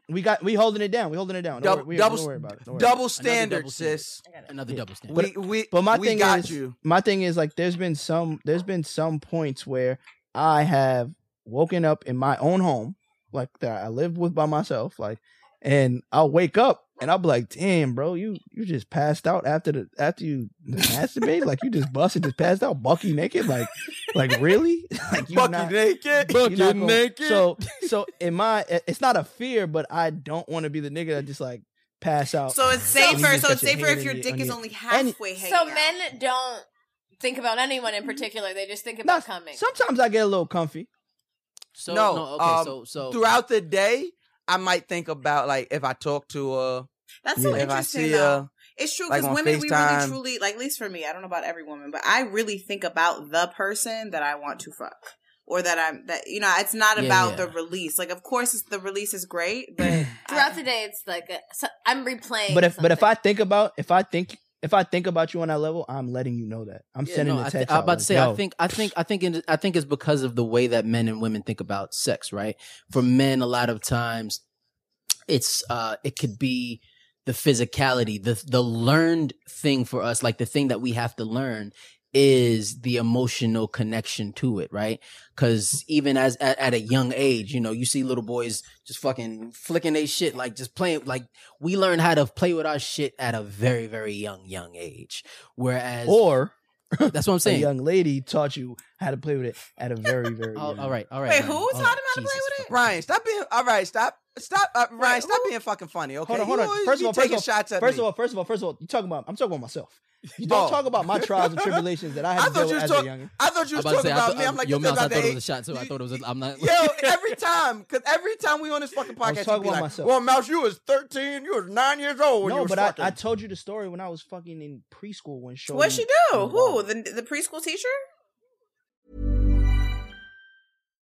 We got we holding it down. We holding it down. Don't Double- worry, we, double- don't worry about it. Don't worry about double double standard, standard. sis. Another double standard. We we But my we thing got is, you. my thing is like, there's been some, there's been some points where I have woken up in my own home, like that I live with by myself, like, and I'll wake up and I'll be like, damn, bro, you you just passed out after the after you masturbated, like you just busted, just passed out, bucky naked, like, like really, like you Bucky not. naked. you're not gonna- So, so in my, it's not a fear, but I don't want to be the nigga that just like pass out. so it's Oh, you safer. just So got it's your safer hand if in your your- dick on is your- only halfway hanging. So out. men don't think about anyone in particular. They just think Nah, about coming. sometimes I get a little comfy. So No, no, okay, um, so so Throughout the day, I might think about like if I talk to her, That's so if I interesting. see Though. her. It's true like because on women, we really FaceTime. truly like. At least for me, I don't know about every woman, but I really think about the person that I want to fuck or that I'm that you know. It's not Yeah, about yeah. the release. Like, of course, it's, the release is great, but Throughout the day, it's like a, so I'm replaying. But if but if something. I think about if I think if I think about you on that level, I'm letting you know that. I'm Yeah, sending no, a I text. thi- out I'm about like, to say, yo, I think, I think, I think, in, I think it's because of the way that men and women think about sex, right? For men, a lot of times, it's uh, it could be the physicality, the the learned thing for us, like the thing that we have to learn is the emotional connection to it, right? Because even as at, at a young age, you know, you see little boys just fucking flicking their shit, like just playing. Like we learn how to play with our shit at a very, very young, young age. Whereas, or that's what I'm a saying. young lady taught you how to play with it at a very very. Oh, young all right, all right. Oh, Wait, Ryan, who all taught right, him how to play with it? fucking- Ryan, stop being all right, stop. Stop uh, Ryan, stop who- being fucking funny, okay? Hold on, hold You on. always First of be all, first taking of all- shots at First me. of all, first of all, first of all, you talking about? I'm talking about myself. You don't Oh. talk about my trials and tribulations that I I had to thought deal you with was as talk- a youngin. I thought I'm you about was to talking say, I about thought- me. I'm like, your you think mouth. I about thought the it was a shot, so I You- thought it was. A, I'm not. Yo, every time, because every time we on this fucking I was podcast, you talking be about like, myself. "Well, Mouse, you was 13, you was nine years old when you No, was but I, fucking." I told you the story when I was fucking in preschool when Shorty. what she do? Who the the preschool teacher?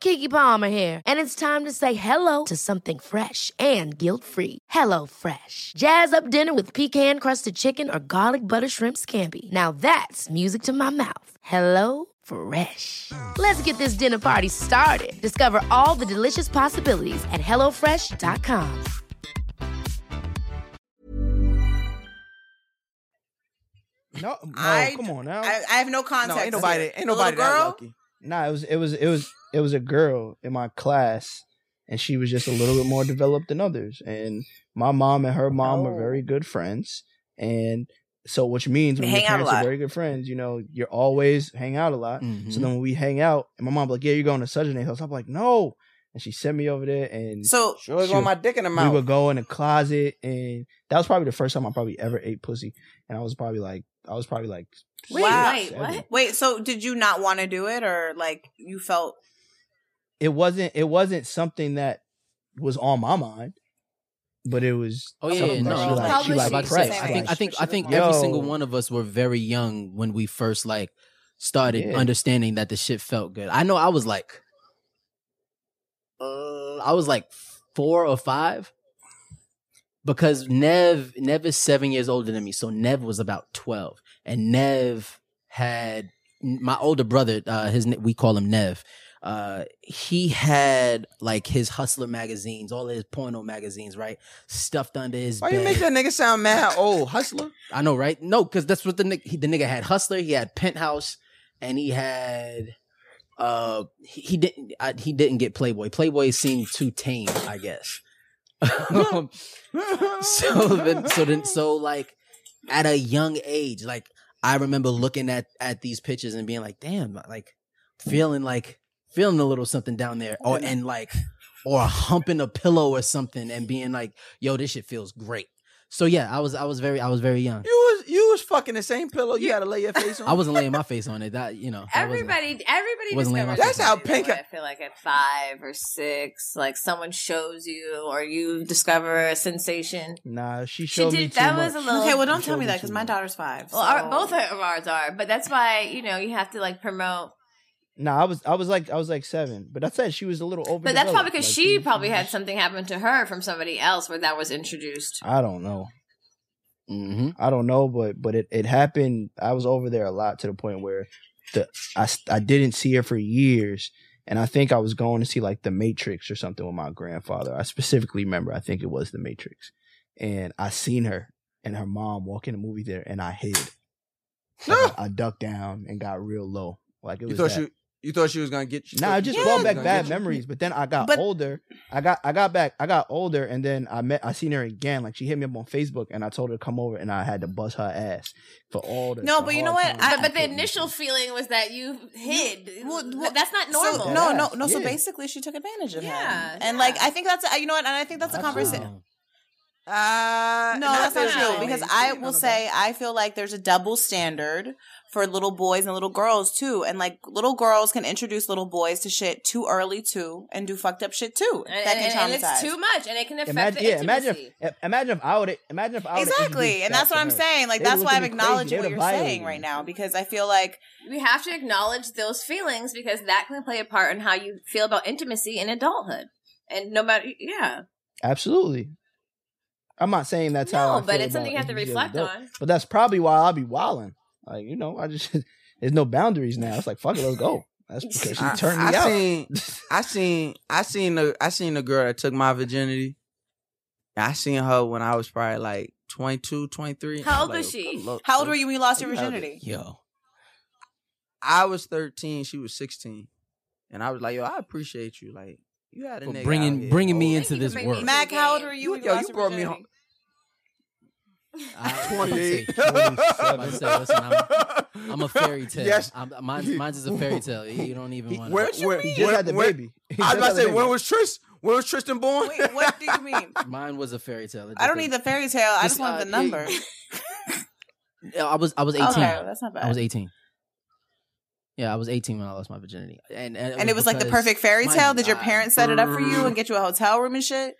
Kiki Palmer here, and it's time to say hello to something fresh and guilt-free. Hello Fresh. Jazz up dinner with pecan-crusted chicken or garlic butter shrimp scampi. Now that's music to my mouth. Hello Fresh. Let's get this dinner party started. Discover all the delicious possibilities at hellofresh.com. No, no, I- come on now. I, I have no no, context. ain't nobody, ain't The little nobody that girl? lucky. Nah, it was it was it was it was a girl in my class, and she was just a little bit more developed than others. And my mom and her mom were Oh. very good friends, and so which means They when hang your out a parents lot. Mm-hmm. are very good friends, you know, you're always hang out a lot. Mhm. Mm-hmm. So then when we hang out, and my mom like, yeah, you're going to such and such house. I'm like, no, and she sent me over there, and So She was She on was- my dick in the we mouth. would go in the closet, and that was probably the first time I probably ever ate pussy, and I was probably like, I was probably like, Wait, Wow. wait, seven. what? wait, so did you not want to do it, or like you felt? it wasn't it wasn't something that was on my mind, but it was. Oh yeah, something yeah, no, that no, she no. like- Probably she like she was pressed, the same I like, think, I think, I think Yo. every single one of us were very young when we first like started Yeah. understanding that the shit felt good. I know I was like, uh, I was like four or five because Nev, Nev is seven years older than me, so Nev was about twelve, and Nev had my older brother. Uh, his na- we call him Nev. Uh, he had like his Hustler magazines, all his porno magazines, right, stuffed under his. Why bed. you make that nigga sound mad old hustler? I know, right? No, because that's what the nigga, he, the nigga had. Hustler, he had Penthouse, and he had uh he, he didn't I, he didn't get Playboy. Playboy seemed too tame, I guess. Um, so then, so then, so like at a young age, like I remember looking at at these pictures and being like, damn, like feeling like feeling a little something down there, or and like, or humping a pillow or something, and being like, "Yo, this shit feels great." So yeah, I was I was very I was very young. You was you was fucking the same pillow. You gotta lay your face on. I wasn't laying my face on it. That you know, I wasn't. Everybody, everybody Wasn't laying my discovers. That's what how they do, pink- I feel like at five or six, like someone shows you, or you discover a sensation. Nah, She she showed did- me too that was much. a little- Okay, well, don't She tell showed me that too because my daughter's five. Well, our, so- both of ours are, but that's why you know you have to like promote. No, I was I was like I was like seven, but I said she was a little over. But that's probably because she probably had something happen to her from somebody else where that was introduced. I don't know. Mm-hmm. I don't know, but but it it happened. I was over there a lot to the point where the I s- I didn't see her for years, and I think I was going to see like The Matrix or something with my grandfather. I specifically remember. I think it was The Matrix, and I seen her and her mom walk in the movie theater, and I hid. Like, I, I ducked down and got real low. Like it You was. thought that. you you thought she was gonna get you. No, thought nah, it she just was brought gonna back get bad you. memories. But then I got But- older. I got I got back. I got older, and then I met. I seen her again. Like she hit me up on Facebook, and I told her to come over, and I had to bust her ass for all the. No, the but you hard know what? times I- she But the put me initial through. feeling was that you hid. Well, well, But that's not So- normal. no, Yes, no, no. So yeah. basically, she took advantage of Yeah, him, and yeah. like I think that's you know what, and I think that's a conversation. Uh, No, that's not necessarily. true. Because You I don't know will say I feel like there's a double standard for little boys and little girls too, and like little girls can introduce little boys to shit too early too, and do fucked up shit too. and, that can and- and it's traumatize. too much, and it can affect the Imagine, yeah, intimacy. imagine, if, imagine if I would, imagine if I would exactly, and that's what I'm saying. Like that's why I'm acknowledging what you're saying right now because I feel like we have to acknowledge those feelings because that can play a part in how you feel about intimacy in adulthood. And no matter, yeah, Absolutely. I'm not saying that's how. No, I but feel it's something you about have to it as an reflect adult, on. But that's probably why I'll be wilding. Like you know, I just there's no boundaries now. It's like fuck it, let's go. That's because she I- turned I me out. Seen, I seen, I seen the, I seen the girl that took my virginity. I seen her when I was probably like 22, 23. How old Like, was she? look, how old were you when you lost your You have it. virginity? Yo, I was thirteen. She was sixteen, and I was like, "Yo, I appreciate you. Like, you had a for nigga out bringing here, bringing yo. me Thank into you for this bringing me world. into Mac, how old game. were you? You, when yo, you lost your brought me virginity? home. I- 28. I'm about to say- I'm about to say, listen, I'm- I'm a fairy tale. Yes. I'm, mine's, mine's is a fairy tale. You don't even want Where- to. where- He just where- had the where- baby. He I just was about had to the say, baby. when was Tris? When was Tristan born? Wait, what do you mean? Mine was a fairy tale. It I don't just- need the fairy tale. I This- just want uh, the number. I was I was 18. Okay, that's not bad. I was 18. Yeah, I was 18 when I lost my virginity, and and it was, and it was like the because- perfect fairy my tale. Did your God. parents set it up for you and get you a hotel room and shit?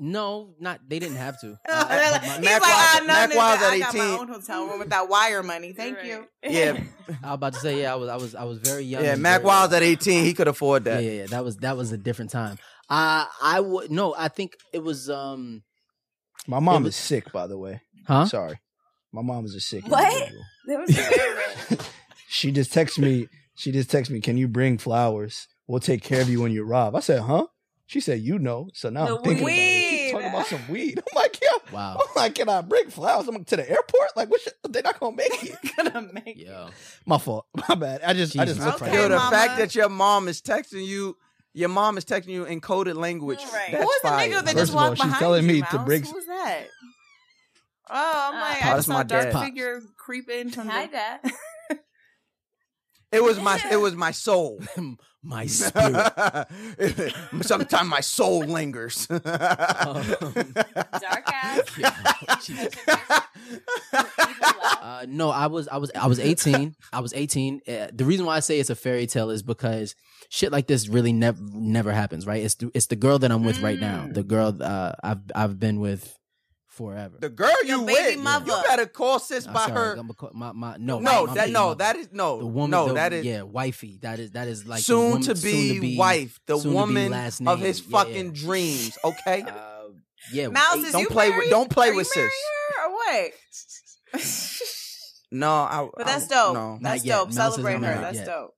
No, not they didn't have to. He's like, Uh, my- my- Mac ah, Wiles- no, Mac nigga, Wiles at I got 18. my own hotel room with that wire money. Thank you. yeah, I was about to say yeah, I was I was I was very young. yeah. and Mac very- Wiles at eighteen, he could afford Yeah, that. yeah, yeah, that was that was a different time. Uh, I would no, I think it was um My mom It was- is sick, by the way. huh. Sorry, my mom is a sick. What? individual. That was very She just texted me. She just texted me. Can you bring flowers? We'll take care of you when you rob. I said, huh? She said, you know. So now The I'm thinking about it. She weed. talking about some weed. I'm like, yeah. Wow. I'm like, can I bring flowers? I'm like, to the airport. Like, what? Should, they're not gonna make it. Gonna make it. Yo. My fault. My bad. I just, I just Jesus looked Christ. right. Yo, Okay, the mama. fact that your mom is texting you, your mom is texting you in coded language. Right. That's Who was the fire. nigga that First just of all, walked she's behind telling you, me to Mouse? bring- Who was that? Oh, I'm like, Uh, I Pops, just saw my a dark dad. figure creep in from Hi, the... Dad. It was my it was my soul. my spirit. Sometimes my soul lingers. Um, Dark ass. Uh, no, I was I was I was 18. I was 18. Uh, the reason why I say it's a fairy tale is because shit like this really never never happens, right? It's the, it's the girl that I'm with right now. Mm. The girl uh, I've I've been with forever. the girl you Your baby with, mother. you better call sis I'm by sorry, her. I'm a co- my, my, no, no, my- my that baby no, mother. that is no, the woman. no, the- that is yeah, wifey. That is that is like the soon, woman- to be soon to be- wife, the soon to be woman last of name. his Yeah, fucking dreams. Okay, yeah. Uh, yeah, Mouse, is Don't you play with- married? don't play Are with you sis. married her or what? no, I, But I- that's dope. No. Oh, That's Not yet. dope. Mouse isn't Celebrate her. married That's yet. dope.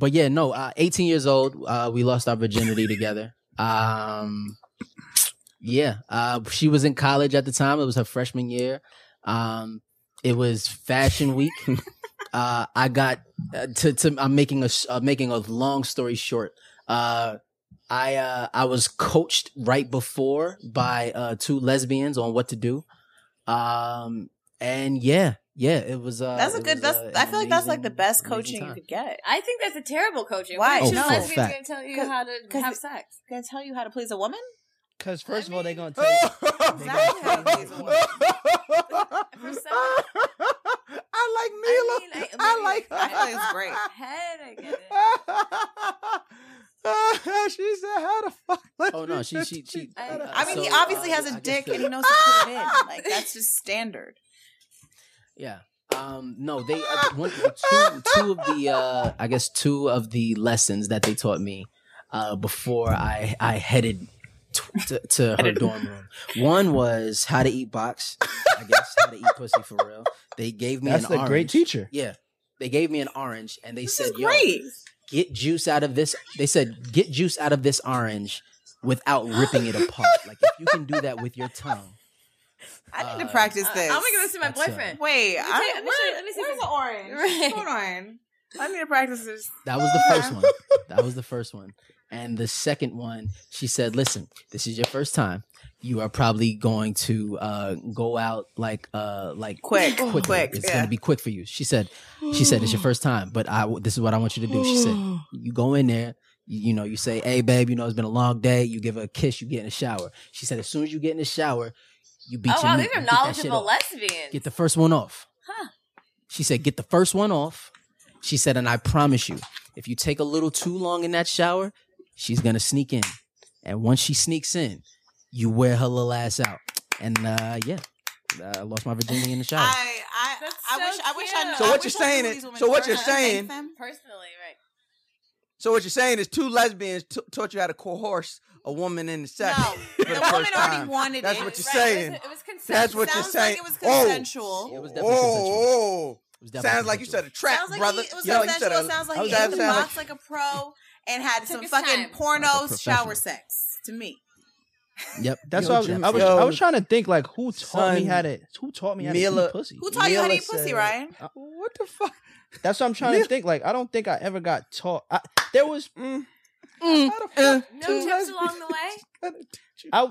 but yeah, no, uh, 18 years old, uh, we lost our virginity together. Um, yeah, uh, she was in college at the time. It was her freshman year. Um, it was fashion week. uh, I got uh, to, to, I'm making a, s- uh, making a long story short. Uh, I, uh, I was coached right before by, uh, two lesbians on what to do. Um, and yeah, Yeah, it was. Uh, That's a it was, good. That's. uh, I feel like that's like the best amazing coaching you time. could get. I think that's a terrible coaching. Why? Why should Oh, a for a lesbian's fact. going to tell you 'Cause- how to 'cause have it- sex? Gonna tell you how to please a woman? Because first of all, they're gonna tell you. Exactly. how to please a woman. I like Mila. I, like. I feel like it's Head, great. I get it. she said, "How the fuck?" Oh no, she she she. I mean, he so, obviously uh, has a I dick guess and he the- knows how to put it in. Like that's just standard. Yeah. Um. No, they uh, one, two two of the uh I guess two of the lessons that they taught me uh before I I headed t- to, to her dorm room. One was how to eat box. I guess how to eat pussy for real. They gave me That's an a orange. great teacher. Yeah. They gave me an orange and they said, "Yo, great. get juice out of this." They said, "Get juice out of this orange without ripping it apart. Like if you can do that with your tongue." I need to Uh, practice Uh, this. I'm gonna go see my That's, uh, boyfriend. Wait, Let me I, tell you- let me where- show you- let me see where's if the orange? Right. Hold on. I need to practice this. That was the first one. That was the first one. And the second one, she said, "Listen, this is your first time. You are probably going to uh, go out like uh, like Quick, quickly. quick, It's yeah. going to be quick for you." She said. She said, "It's your first time, but I w- this is what I want you to do." She said, "You go in there." You you know, you say, "Hey, babe, you know it's been a long day." You give her a kiss. You get in the shower. She said, "As soon as you get in the shower, you beat Oh your wow, meat. these are You get that shit knowledgeable off. lesbians. Get the first one off. Huh. She said, get the first one off. She said, and I promise you, if you take a little too long in that shower, she's gonna sneak in. And once she sneaks in, you wear her little ass out. And uh yeah. Uh, I lost my virginity in the shower. I I, I so wish I wish I cute. knew. So I what wish you're I saying knew who is- these women so what were. you're Thank saying- them. Personally, right? So what you're saying is two lesbians t- taught you how to coerce a woman into sex. No, for the first woman already time. wanted That's it. what you're Right, It saying. was, it was consensual. That's what you're Sounds like saying. it was Oh, consensual. It was Oh, definitely consensual. oh. It was definitely sounds like you consensual. said a trap, sounds like brother. He, it was You know, you consensual. said a- sounds like that he ate the sounds box like a pro and had some his fucking time. Like a pornos shower professional. sex to me. Yep. That's Yo, what I was, I Jeffrey. was. I was trying to think like who taught me Son, how to who taught me how to Mila- eat pussy. Who taught you how to Mila eat pussy, said- Ryan? Uh, What the fuck? That's what I'm trying to think. Like I don't think I ever got taught. I, there was mm, Mm, How the uh, fuck? No two tips along the way. lesbians- I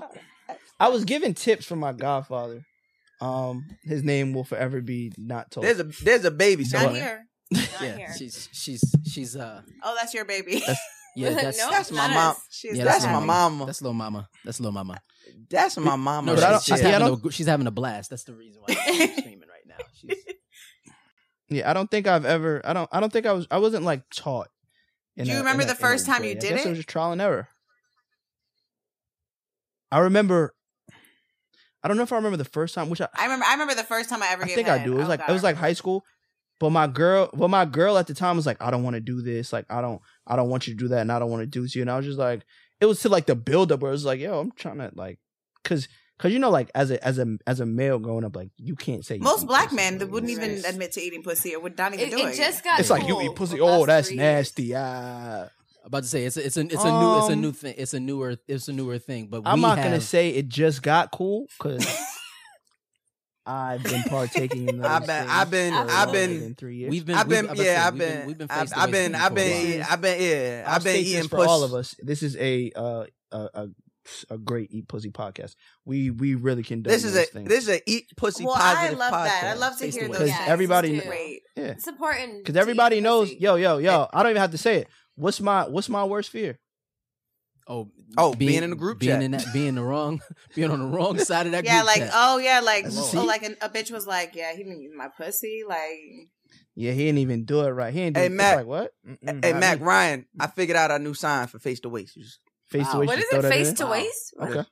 I was given tips from my godfather. Um, his name will forever be not told. There's a there's a baby Not somewhere. here. Not Yeah, here. she's she's she's uh Oh, that's your baby. yeah, that's No, That's my not mom. us. She's yeah, that's that's my mine. mama. that's little mama. That's little mama. That's my mama. No, But I she's, don't- she's, yeah, I having don't- a, she's having a blast. That's the reason why she's screaming right now. She's, yeah, I don't think I've ever. I don't. I don't think I was. I wasn't like taught. in Do you a- remember in a- the first in a time you way. I did guess it? was just trial and error. I remember. I don't know if I remember the first time, which I I remember. I remember the first time I ever. I gave think head. I do. It was Oh, like God, it was I like high school, but my girl, but my girl at the time was like, I don't want to do this. Like I don't, I don't want you to do that, and I don't want to do to you. And I was just like, it was to like the build up where it was like, yo, I'm trying to like, cause, cause you know, like as a as a as a male growing up, like you can't say you Most eat black pussy, men like, wouldn't it's- even admit to eating pussy or would not even It, do it just got. It's like you cool eat pussy. for the Oh, last that's three nasty. Ah. about to say it's a, it's a it's a new it's a Um, new thing. It's a newer it's a newer thing. But I'm we not have, gonna say it just got cool because I've been partaking in those I've been- things I've been- for I've been- longer than three years. We've been. I've we've- been, I'm about to say, yeah, I've we've been, We've been. faced I've away been, from I've it for a been, while. I've been, yeah, I'll I've been state this eating for pussy. all of us. This is a uh a a, a great eat pussy podcast. We we really can do This is a thing. this is a eat pussy Well, I positive love podcast. that. I love to Face hear the those. Because Yeah, everybody it's kn- great. yeah It's important because to eat everybody knows pussy. yo yo yo. I don't even have to say it. What's my what's my worst fear? Oh, Oh, being in a group being chat. in that, being the wrong, being on the wrong side of that. Yeah, group like chat. oh yeah, like That's oh a- like an, a bitch was like yeah, he didn't eat my pussy. Like Yeah, he didn't even do it right. He ain't do Hey, it. It's Mac. like what? Mm-mm, Hey, not Mac me. Mm-hmm. Ryan, I figured out our new sign for face to waist. You just- face Wow. to waist. What you is throw it? that in Face there? to waist? What- Okay. Face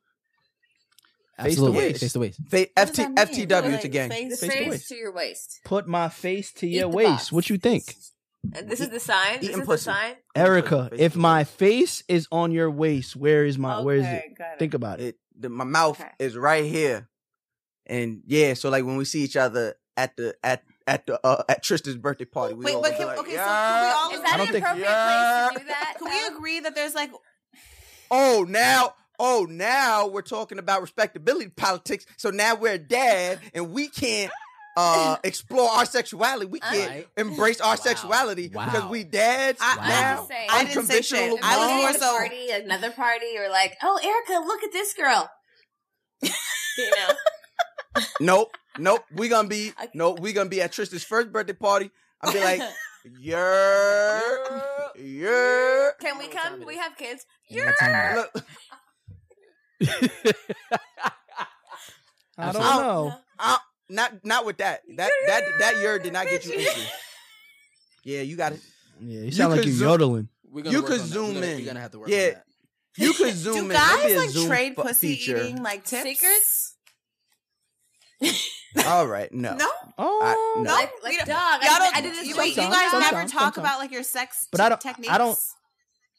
to Absolutely, waist. face to waist. Fa- what does FT, that mean? FTW Like, to gang. Face face- to Face waist. to your waist. Put my face to your the waist. box. What you think, And this is the sign. This Eating is the pussy. sign. Erica? Face to If my face is on your waist, where is my where is it? Okay, got Think about it. It, the, my mouth Okay. is right here, and yeah, so like when we see each other at the at at the uh, at Tristan's birthday party, we Wait, all but be can- like, okay, so yeah. can Is I that don't an think- appropriate place to do that? Can we agree that there's like Oh, now, oh, now we're talking about respectability politics. So now we're a dad, and we can't uh explore our sexuality. We can't Right. embrace our Wow. sexuality because Wow. we dads I- I now. was saying- I didn't say shit. unconventional I was moms. more Another so- party, another party, or like, oh, Erica, look at this girl. you know, nope, nope. We gonna be nope. We gonna be at Tristan's first birthday party. I'll be like, yeah, yeah. Can we come? We have kids. You know what time it is. Yer. Look. I don't Ow. know. Ow. Not not with that. That that that year did not get you entry. Yeah, you got it. Yeah, you sound like could you're zoom- yodeling. We're You could zoom in. You're gonna have to work. Yeah, you could zoom in. Do That'd be guys a like Zoom trade fu- pussy feature. eating like tips? Secrets? All right, no, No? I- Oh. no. Like, like dog. I, did, I did this. You, wait, you sometimes, guys never sometimes, talk sometimes. about like your sex But I don't. techniques. I don't.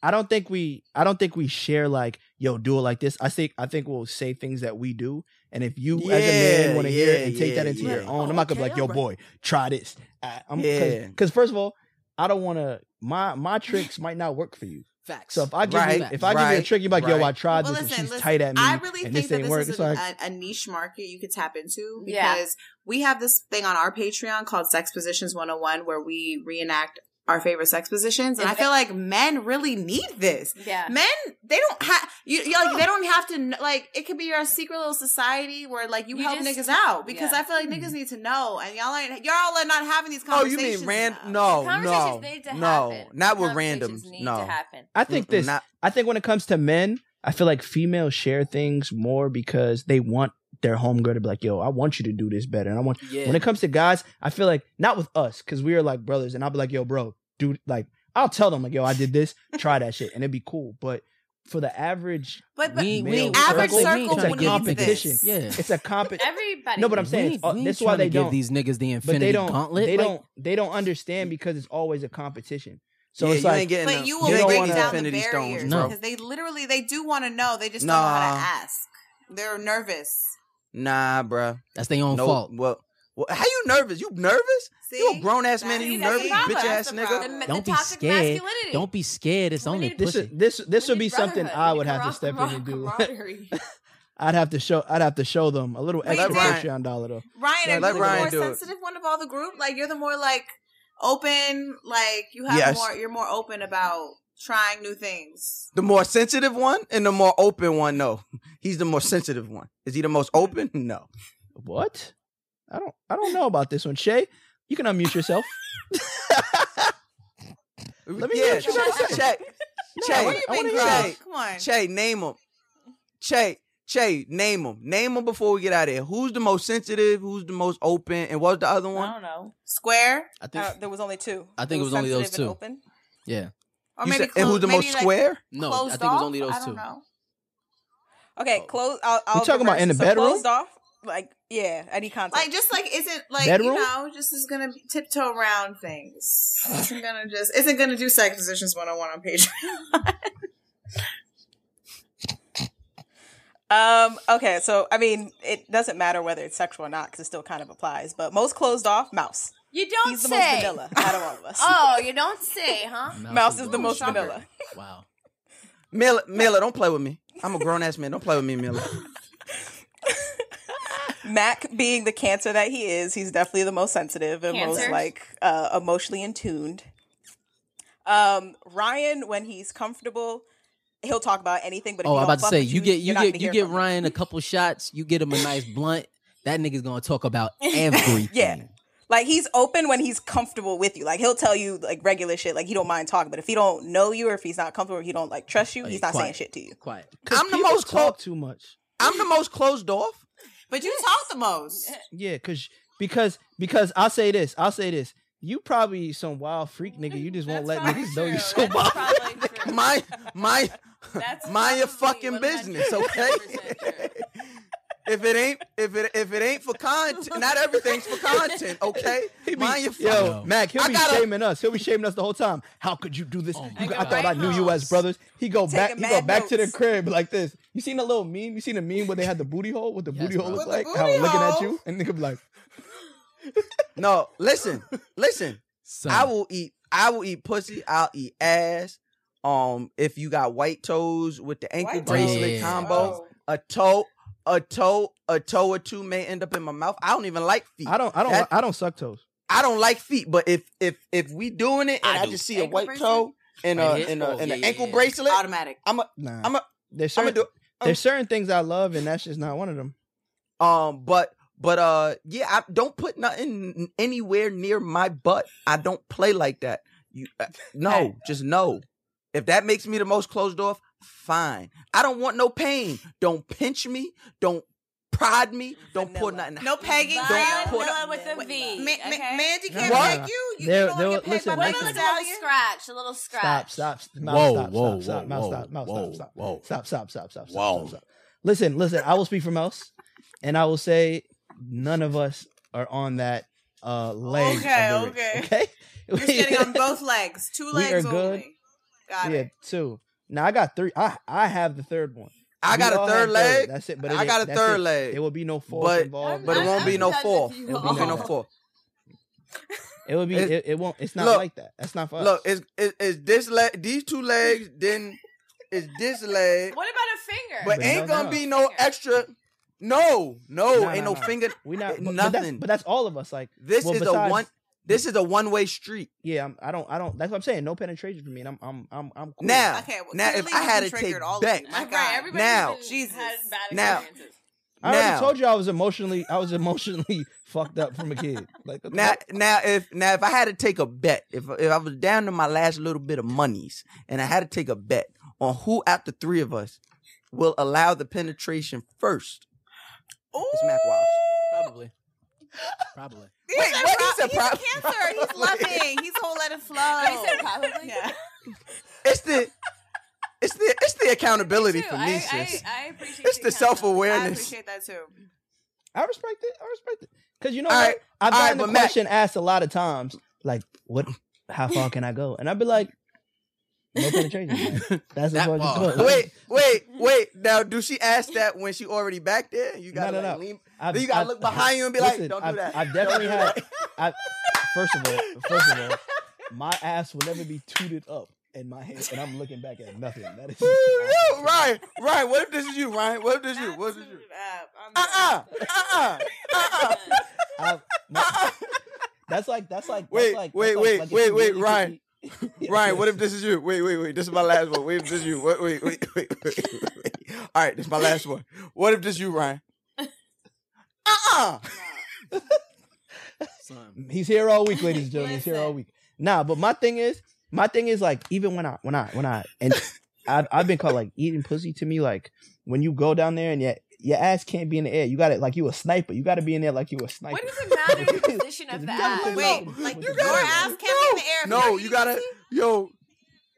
I don't think we. I don't think we share like, yo, do it like this. I think. I think we'll say things that we do, and if you as a Yeah, man want to hear yeah, it and take yeah, that into your yeah. own, I'm not gonna be Okay, like, yo, alright. boy, try this. I, I'm, Yeah. Because first of all, I don't want to. My my tricks might not work for you. Facts. So if I give you Right, if I give you a right, trick, you're like, yo, I right. tried Well, this listen, and she's listen, tight at me, I really and this think that ain't this work. is It's a, like, a, a niche market you could tap into because Yeah. we have this thing on our Patreon called Sex Positions 101 where we reenact our favorite sex positions, and I If feel like men really need this. Yeah. Men, they don't have you. you like, they don't have to kn- like. It could be your secret little society where like you, You help just- niggas out because yeah. I feel like niggas need to know, and y'all ain't y'all are not having these Mm-hmm. Oh, conversations. you mean random? enough. No, no, Conversations need to no, happen. not with Conversations randoms. need No, to happen. I think Mm-mm, this. not- I think when it comes to men, I feel like females share things more because they want their homegirl to be like, "Yo, I want you to do this better." And I want. Yeah. When it comes to guys, I feel like not with us because we are like brothers, and I'll be like, "Yo, bro, dude," like I'll tell them like, "Yo, I did this. Try that shit," and it'd be cool. But for the average, But- but We- male we- average circle it's a needs this. competition. Yeah. it's a competition. Everybody. No, but I'm saying it's- uh, we that's ain't why tryna they give don't these niggas the but infinity they don't. gauntlet. They Like, don't. They don't understand because it's always a competition. So Yeah, it's you like, ain't getting But no- you you will ain't break getting down the infinity stones, barriers bro. because they literally they do want to know. They just don't know how to Nah. ask. They're nervous. nah, bruh. That's their own No, fault. Well, well, how you nervous? You nervous? you a See? grown ass man? That- and see, You that's nervous, the problem. bitch ass That's the problem. nigga? The, Don't the be toxic scared. masculinity. Don't be scared. It's only this pussy. is this this would be something brotherhood. I We would need have to step in and do. camaraderie. I'd have to show I'd have to show them a little Wait, extra Ryan- Patreon dollar though. Ryan, Yeah, are let you Ryan the do more it. sensitive one of all the group? Like you're the more like open. Like you have Yes. more. You're more open about trying new things. The more sensitive one and the more open one. No, he's the more sensitive one. Is he the most open? No. What? I don't I don't know about this one. Shay, you can unmute yourself. Let me hear yeah, what you gotta say. check, No, check, what do you I mean, wanna bro? hear it. Come on. Che, name them. Che, Che, name them. Name them before we get out of here. Who's the most sensitive? Who's the most open? And what's the other one? don't know. Square I think. Uh, there was only two. I think it was only those sensitive and two. Open. yeah. or You maybe said- and who's the clo- most maybe, like, square? No, I closed think it was off? only those I don't two. know. Okay, close. I'll, I'll talking about reverse in the it. bedroom? Closed off. Like yeah, any contact. Like just like isn't like Bedroom? you know just is gonna tiptoe around things. Isn't gonna just isn't gonna do sex positions one on one on Patreon. Um. Okay. So I mean, it doesn't matter whether it's sexual or not because it still kind of applies. But most closed off, mouse. You don't He's the most say. vanilla out of all of us. Oh, you don't say, huh? mouse is the most shocker. vanilla. Wow. Miller, Miller, don't play with me. I'm a grown ass man. Don't play with me, Miller. Mac being the cancer that he is, he's definitely the most sensitive and most Cancer. like uh, emotionally in tuned. Um, Ryan, when he's comfortable, he'll talk about anything. But if oh, you I'm don't about to fuck say with you get you're you not get gonna you hear get from him. Ryan a couple shots. You get him a nice blunt. That nigga's gonna talk about everything. Yeah. Like he's open when he's comfortable with you. Like he'll tell you like regular shit. Like he don't mind talking, but if he don't know you or if he's not comfortable, or he don't like trust you, Oh, he's yeah, not saying quiet. shit to you. Quiet. 'Cause I'm the people most talk clo- too much. I'm the most closed off. but you talk the most. Yeah, cause because because I'll say this. I'll say this. You probably some wild freak nigga. You just won't let niggas know you so wild. My my That's mind your probably fucking business, okay? 100% true. if it ain't if it if it ain't for content, not everything's for content, okay? He be- Mind your fucking yo, Mac, he'll I be gotta- shaming us. He'll be shaming us the whole time. How could you do this? Oh You my go- I God. thought I knew you as brothers. He go back. Taking He go mad back to the notes. crib like this. You seen the little meme? You seen the meme where they had the booty hole? What the Yes, booty hole bro. look With like? the How it booty looking at hole. you? And nigga be like, No, listen, listen. Son. I will eat. I will eat pussy. I'll eat ass. Um, if you got white toes with the ankle White bracelet toes. combo, Oh. a toe, a toe, a toe or two may end up in my mouth. I don't even like feet. I don't, I don't, That- I don't suck toes. I don't like feet. But if if if we doing it and I I, do. just see a Ankle white bracelet? toe and a Right here? and a Oh, and yeah, an yeah, ankle yeah. bracelet, Automatic. I'm a Nah, I'm a there's I'm certain, a do. there's certain things I love, and that's just not one of them. Um, but But uh, yeah, I don't put nothing anywhere near my butt. I don't play like that. You uh, no, just no. If that makes me the most closed off, fine. I don't want no pain. Don't pinch me. Don't prod me. Don't put nothing. No pegging. Don't put. with a V. Ma- okay? Mandy can't What? peg you. You There- don't there- get pegged listen, by listen. Megan Thee A little Stallion. scratch. A little scratch. Stop, stop, stop, Mouse, Whoa, stop, whoa, stop, stop, whoa, Mouse, whoa, stop, Mouse, whoa, stop, whoa. stop, stop, stop, stop, stop, Whoa. stop, stop. Listen, listen, I will speak for Mouse, and I will say none of us are on that uh leg. Okay, of the ring, okay. okay. You're sitting on both legs. Two We are legs good. only. Got yeah, it. two. Now I got three. I I have the third one. I We got a all third have leg. That's it. But I it- got a that's third it. leg. It would be no force But involved. but it won't be no I'm done fall. with It you won't be no all. fall. It would be. It's- It, it won't. It's not Look, like that. That's not for us. Look, is is, is this leg? These two legs. Then is this leg? What about a finger? But But ain't no, gonna no. be no extra. No, no, Nah, ain't nah, no nah. finger. eh, we not but- but that's- nothing. But, that's all of us. Like This well, is a besides- one. This is a one way street. Yeah, I'm, I don't. I don't. That's what I'm saying. No penetration for me. And I'm. I'm. I'm. I'm cool. Now, Okay, well, now if clearly I you had to triggered take all of back, you. My God. Right. Everybody's Now. been- Jesus. Had bad Now. experiences. I already now. told you I was emotionally. I was emotionally fucked up from a kid. Like okay. now, now if now if I had to take a bet, if if I was down to my last little bit of monies, and I had to take a bet on who out the three of us will allow the penetration first, it's Mac Wiles. Probably. Probably. He's Wait, a what? pro- He said he's prob- a cancer. He's loving. He's whole let it flow. I said probably. Yeah. It's the it's the it's the accountability Too. for me, I, sis. I, I appreciate It's you the coming. self I awareness. appreciate that too. I respect it. I respect it. Cause you know All what? right, I've all right, gotten but the Mac- question asked a lot of times. Like what? How far can I go? And I'd be like, no penetration. man. That's That as far as far. you go. Wait, wait, wait. Now, do she ask that when she already back there? You gotta No, no, like, no. lean. I've- then you gotta I've- look behind you and be like, listen, "Don't do I've- that." I've definitely had. I first of all, first of all, my ass will never be tooted up in my hand, and I'm looking back at nothing. That is. Ooh, yo, Ryan, Ryan, what if this is you, Ryan? What if this is you? What if this is you? Uh uh, uh uh, I've- uh uh. That's like that's like that's Wait, like, that's wait, like- wait, like if wait, you wait, really could Ryan. be- Ryan, what if this is you? Wait, wait, wait. This is my last one. Wait, if this is you. Wait, wait, wait, wait, wait. wait. All right, this is my last one. What if this is you, Ryan? Uh uh Son. He's here all week, ladies and gentlemen. He's here all week. Nah, but my thing is, my thing is like even when I when I when I and I've I've been called like eating pussy to me like when you go down there and yet your ass can't be in the air. You got it like you a sniper. You got to be in there like you a sniper. What does it matter the position of the Exactly. ass? Wait, No, like you your gotta- ass can't be in the air. if you're No, eating you gotta, pussy? yo.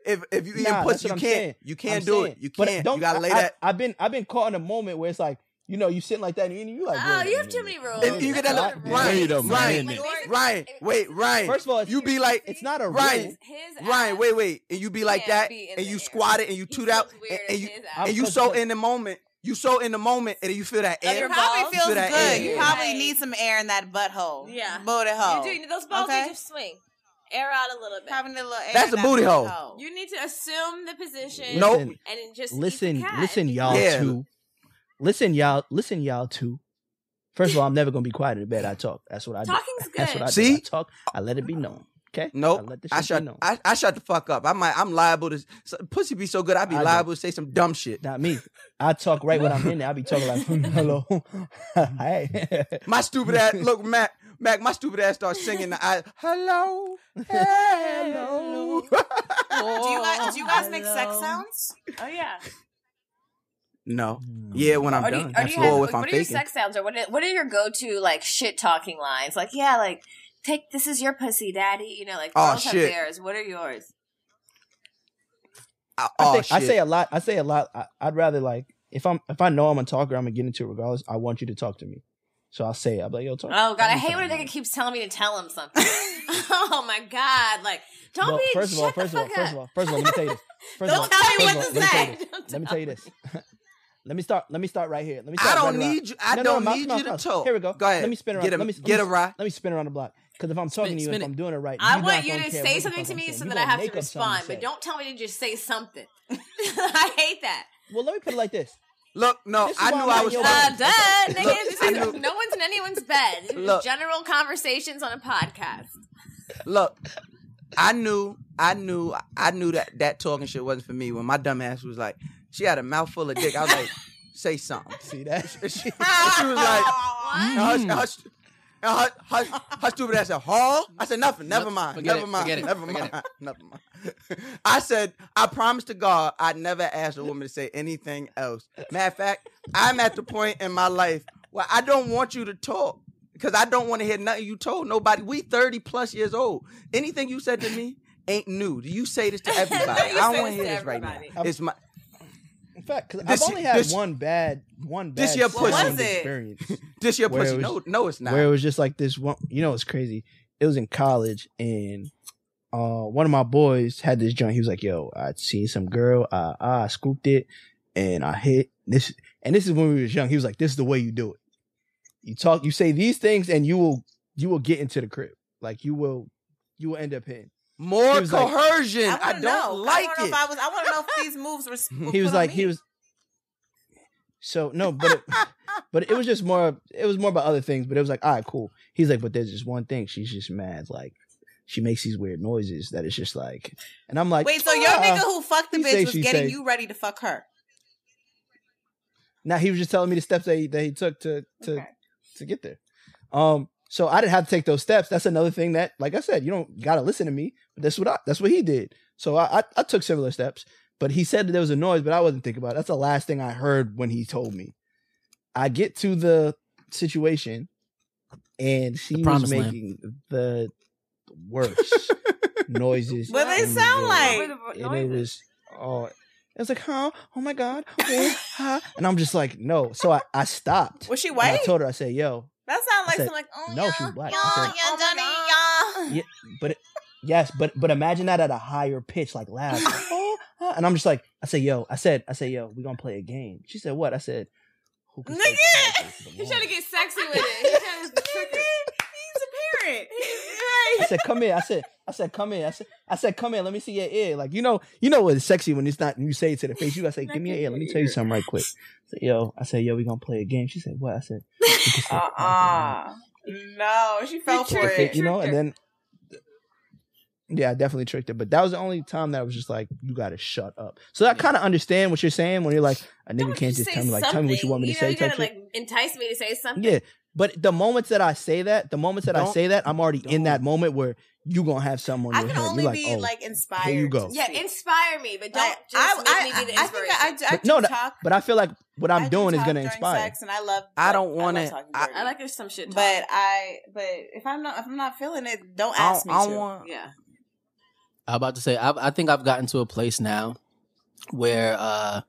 If if you eating Nah, that's pussy, what you I'm can't. saying. You can't I'm do saying. it. You But can't. you gotta lay that. I, have been I've been caught in a moment where it's like you know you sitting like that and you, you like. Oh, Ah, wait a you have minute. too many rules. If you get That's that, not a rule. Ryan, Wait a Ryan, minute. Ryan, wait, Ryan. First of all, it's- you be like, it's not a Ryan, rule. His Ryan, ass wait, wait, and you be like can't that, be in and the you air. squat it, and you He toot out, feels weird and, as and you his I'm ass. and you cooking so up. in the moment, you so in the moment, and you feel that air. your It probably balls? feels Feel good. that air. You probably Right. need some air in that butthole. Yeah. booty hole. You do. Those balls Okay. need to swing. Air out a little bit. Having a little air. That's in a that booty hole. You need to assume the position. Nope. Listen, And then just eat the listen, cat. listen, y'all Yeah. too. Listen, y'all, listen, y'all too. First of all, I'm never gonna be quiet in the bed. I talk. That's what I do. Talking's That's good. what I do. See? I talk. I let it be known. Okay. I Nope, let this I, shit shut. be known. I, I shut the fuck up. I might. I'm liable to. So, pussy be so good. I be I do. liable to say some dumb shit. Not me. I talk right when I'm in there. I be talking like, "Hmm, hello, hey. My stupid ass. Look, Mac. Mac. My stupid ass starts singing. The, I hello, hello. Do you guys, do you guys make sex sounds? Oh yeah. no. Mm. Yeah, when I'm Or do you, done. or do you Or have, if I'm what are your faking. sex sounds or what are, what are your go to like shit talking lines? Like yeah, like take this is your pussy, daddy. You know, like Oh, girls shit. have theirs. What are yours? I, I, oh, think, I shit. say a lot. I say a lot. I, I'd rather like if I'm if I know I'm a talker, I'm gonna get into it regardless. I want you to talk to me, so I'll say it. I'll be like, yo, talk. Oh god, talk I me hate when a something, man. nigga keeps telling me to tell him something. oh my god, like don't Well, be. first of all, shut the first of all, fuck first up. of all, first of all, let me tell you this. First Don't of all, tell me first what of to all, say. Let me tell you this. Let me start. Let me start right here. Let me. I Start don't right around- need you. I No, no, don't mouse, need mouse, you to mouse. talk. Here we go. Go ahead. Let me spin around. Get a- let me get let a me- ride. Let me spin around the block. Because if I'm talking to you, spin if it. I'm doing it right, I you're want not you gonna to care what say the something fuck to I'm me saying. so You that I gonna have make to up something respond, but say. don't tell me to just say something. I hate that. Well, let me put it like this. Look, no. This is I why knew I'm I not was. your Uh, Look, duh, look, nigga. This I is- know- no one's in anyone's bed. This is Look. general conversations on a podcast. Look, I knew, I knew, I knew that that talking shit wasn't for me. When my dumb ass was like, she had a mouthful of dick. I was like, say something. See that? She was like, And her, and her, and her, her, her stupid ass said, huh? I said, nothing. Never mind. forget never it, mind. forget it, never forget mind. Never mind. I said, I promise to God, I never asked a woman to say anything else. Matter of fact, I'm at the point in my life where I don't want you to talk because I don't want to hear nothing you told nobody. We 30 plus years old. Anything you said to me ain't new. Do you say this to everybody? I You say don't this want to to hear this right now. everybody. It's my. In fact, 'cause This- I've only had this- one bad, one bad this your sexual pussy. What was it? experience. This your where pussy. it No- no, it's not. Where it was just like this one. You know, it's crazy. It was in college, and uh, one of my boys had this joint. He was like, "Yo, I seen some girl. I I scooped it, and I hit this. And this is when we was young. He was like, "This is the way you do it. You talk. You say these things, and you will you will get into the crib. Like you will you will end up hitting." More He was like- coercion. I, don't I like wanna know it. If I was, I want to know if these moves were. sp- he was put on like me. he was so no but it, but it was just more it was more about other things but it was like all right cool he's like but there's just one thing she's just mad like she makes these weird noises that it's just like and i'm like Wait, so your "Ah." nigga who fucked the He say, bitch was she getting say. you ready to fuck her? now he was just telling me the steps that he, that he took to to to get there um so i didn't have to take those steps that's another thing that like i said you don't gotta listen to me but that's what i that's what he did so i i, I took similar steps but he said that there was a noise but i wasn't thinking about it that's the last thing i heard when he told me I get to the situation, and she was promised land. making the worst noises. What they in the sound world. like? And it was oh, it was like huh? Oh my god! oh, huh? And I'm just like no. So I I stopped. Was she And I white? told her I said yo. That sounds I like said, some like oh no, yeah, she's black. yeah, I yeah, Johnny, yeah. said, yeah, but yes, but but imagine that at a higher pitch, like loud. "Oh, huh?" and I'm just like I said yo. I said I said yo. We gonna play a game. She said what? I said Nigga, he's trying to get sexy with it. He's trying to trick her. He's a parent. I said, "Come here." I said, "I said, come here." I said, "I said, come here. Let me see your ear." Like you know, you know what's sexy when it's not you say it to the face. You gotta say, "Give me your ear." Let me tell you something right quick. I said, yo, I said, "Yo, we gonna play a game." She said, "What?" I said, Uh uh No, she fell for "If it," it. "You know," and then yeah, I definitely tricked her. But that was the only time that I was just like, "You gotta shut up." So I kind of understand what you're saying when you're like, "A nigga can't just Say tell me like, tell me what you want me to something. say." You know, you type gotta shit. like entice me to say something. Yeah. But the moments that I say that, the moments that I Don't- say that, I'm already in that moment where you gonna have someone. I your can head. only you like, be oh, like inspired. Here you go. Yeah, inspire me, but don't just make me be the I think inspiration. I, I, I But no, do that- talk. but I feel like what I'm I do doing is talk gonna during inspire. Sex and I love. I don't want I, love to. talking I, dirty. I like there's some shit. But I, but if I'm not, if I'm not feeling it, don't I ask don't- me I to. want- yeah. I'm about to say I, I think I've gotten to a place now where uh,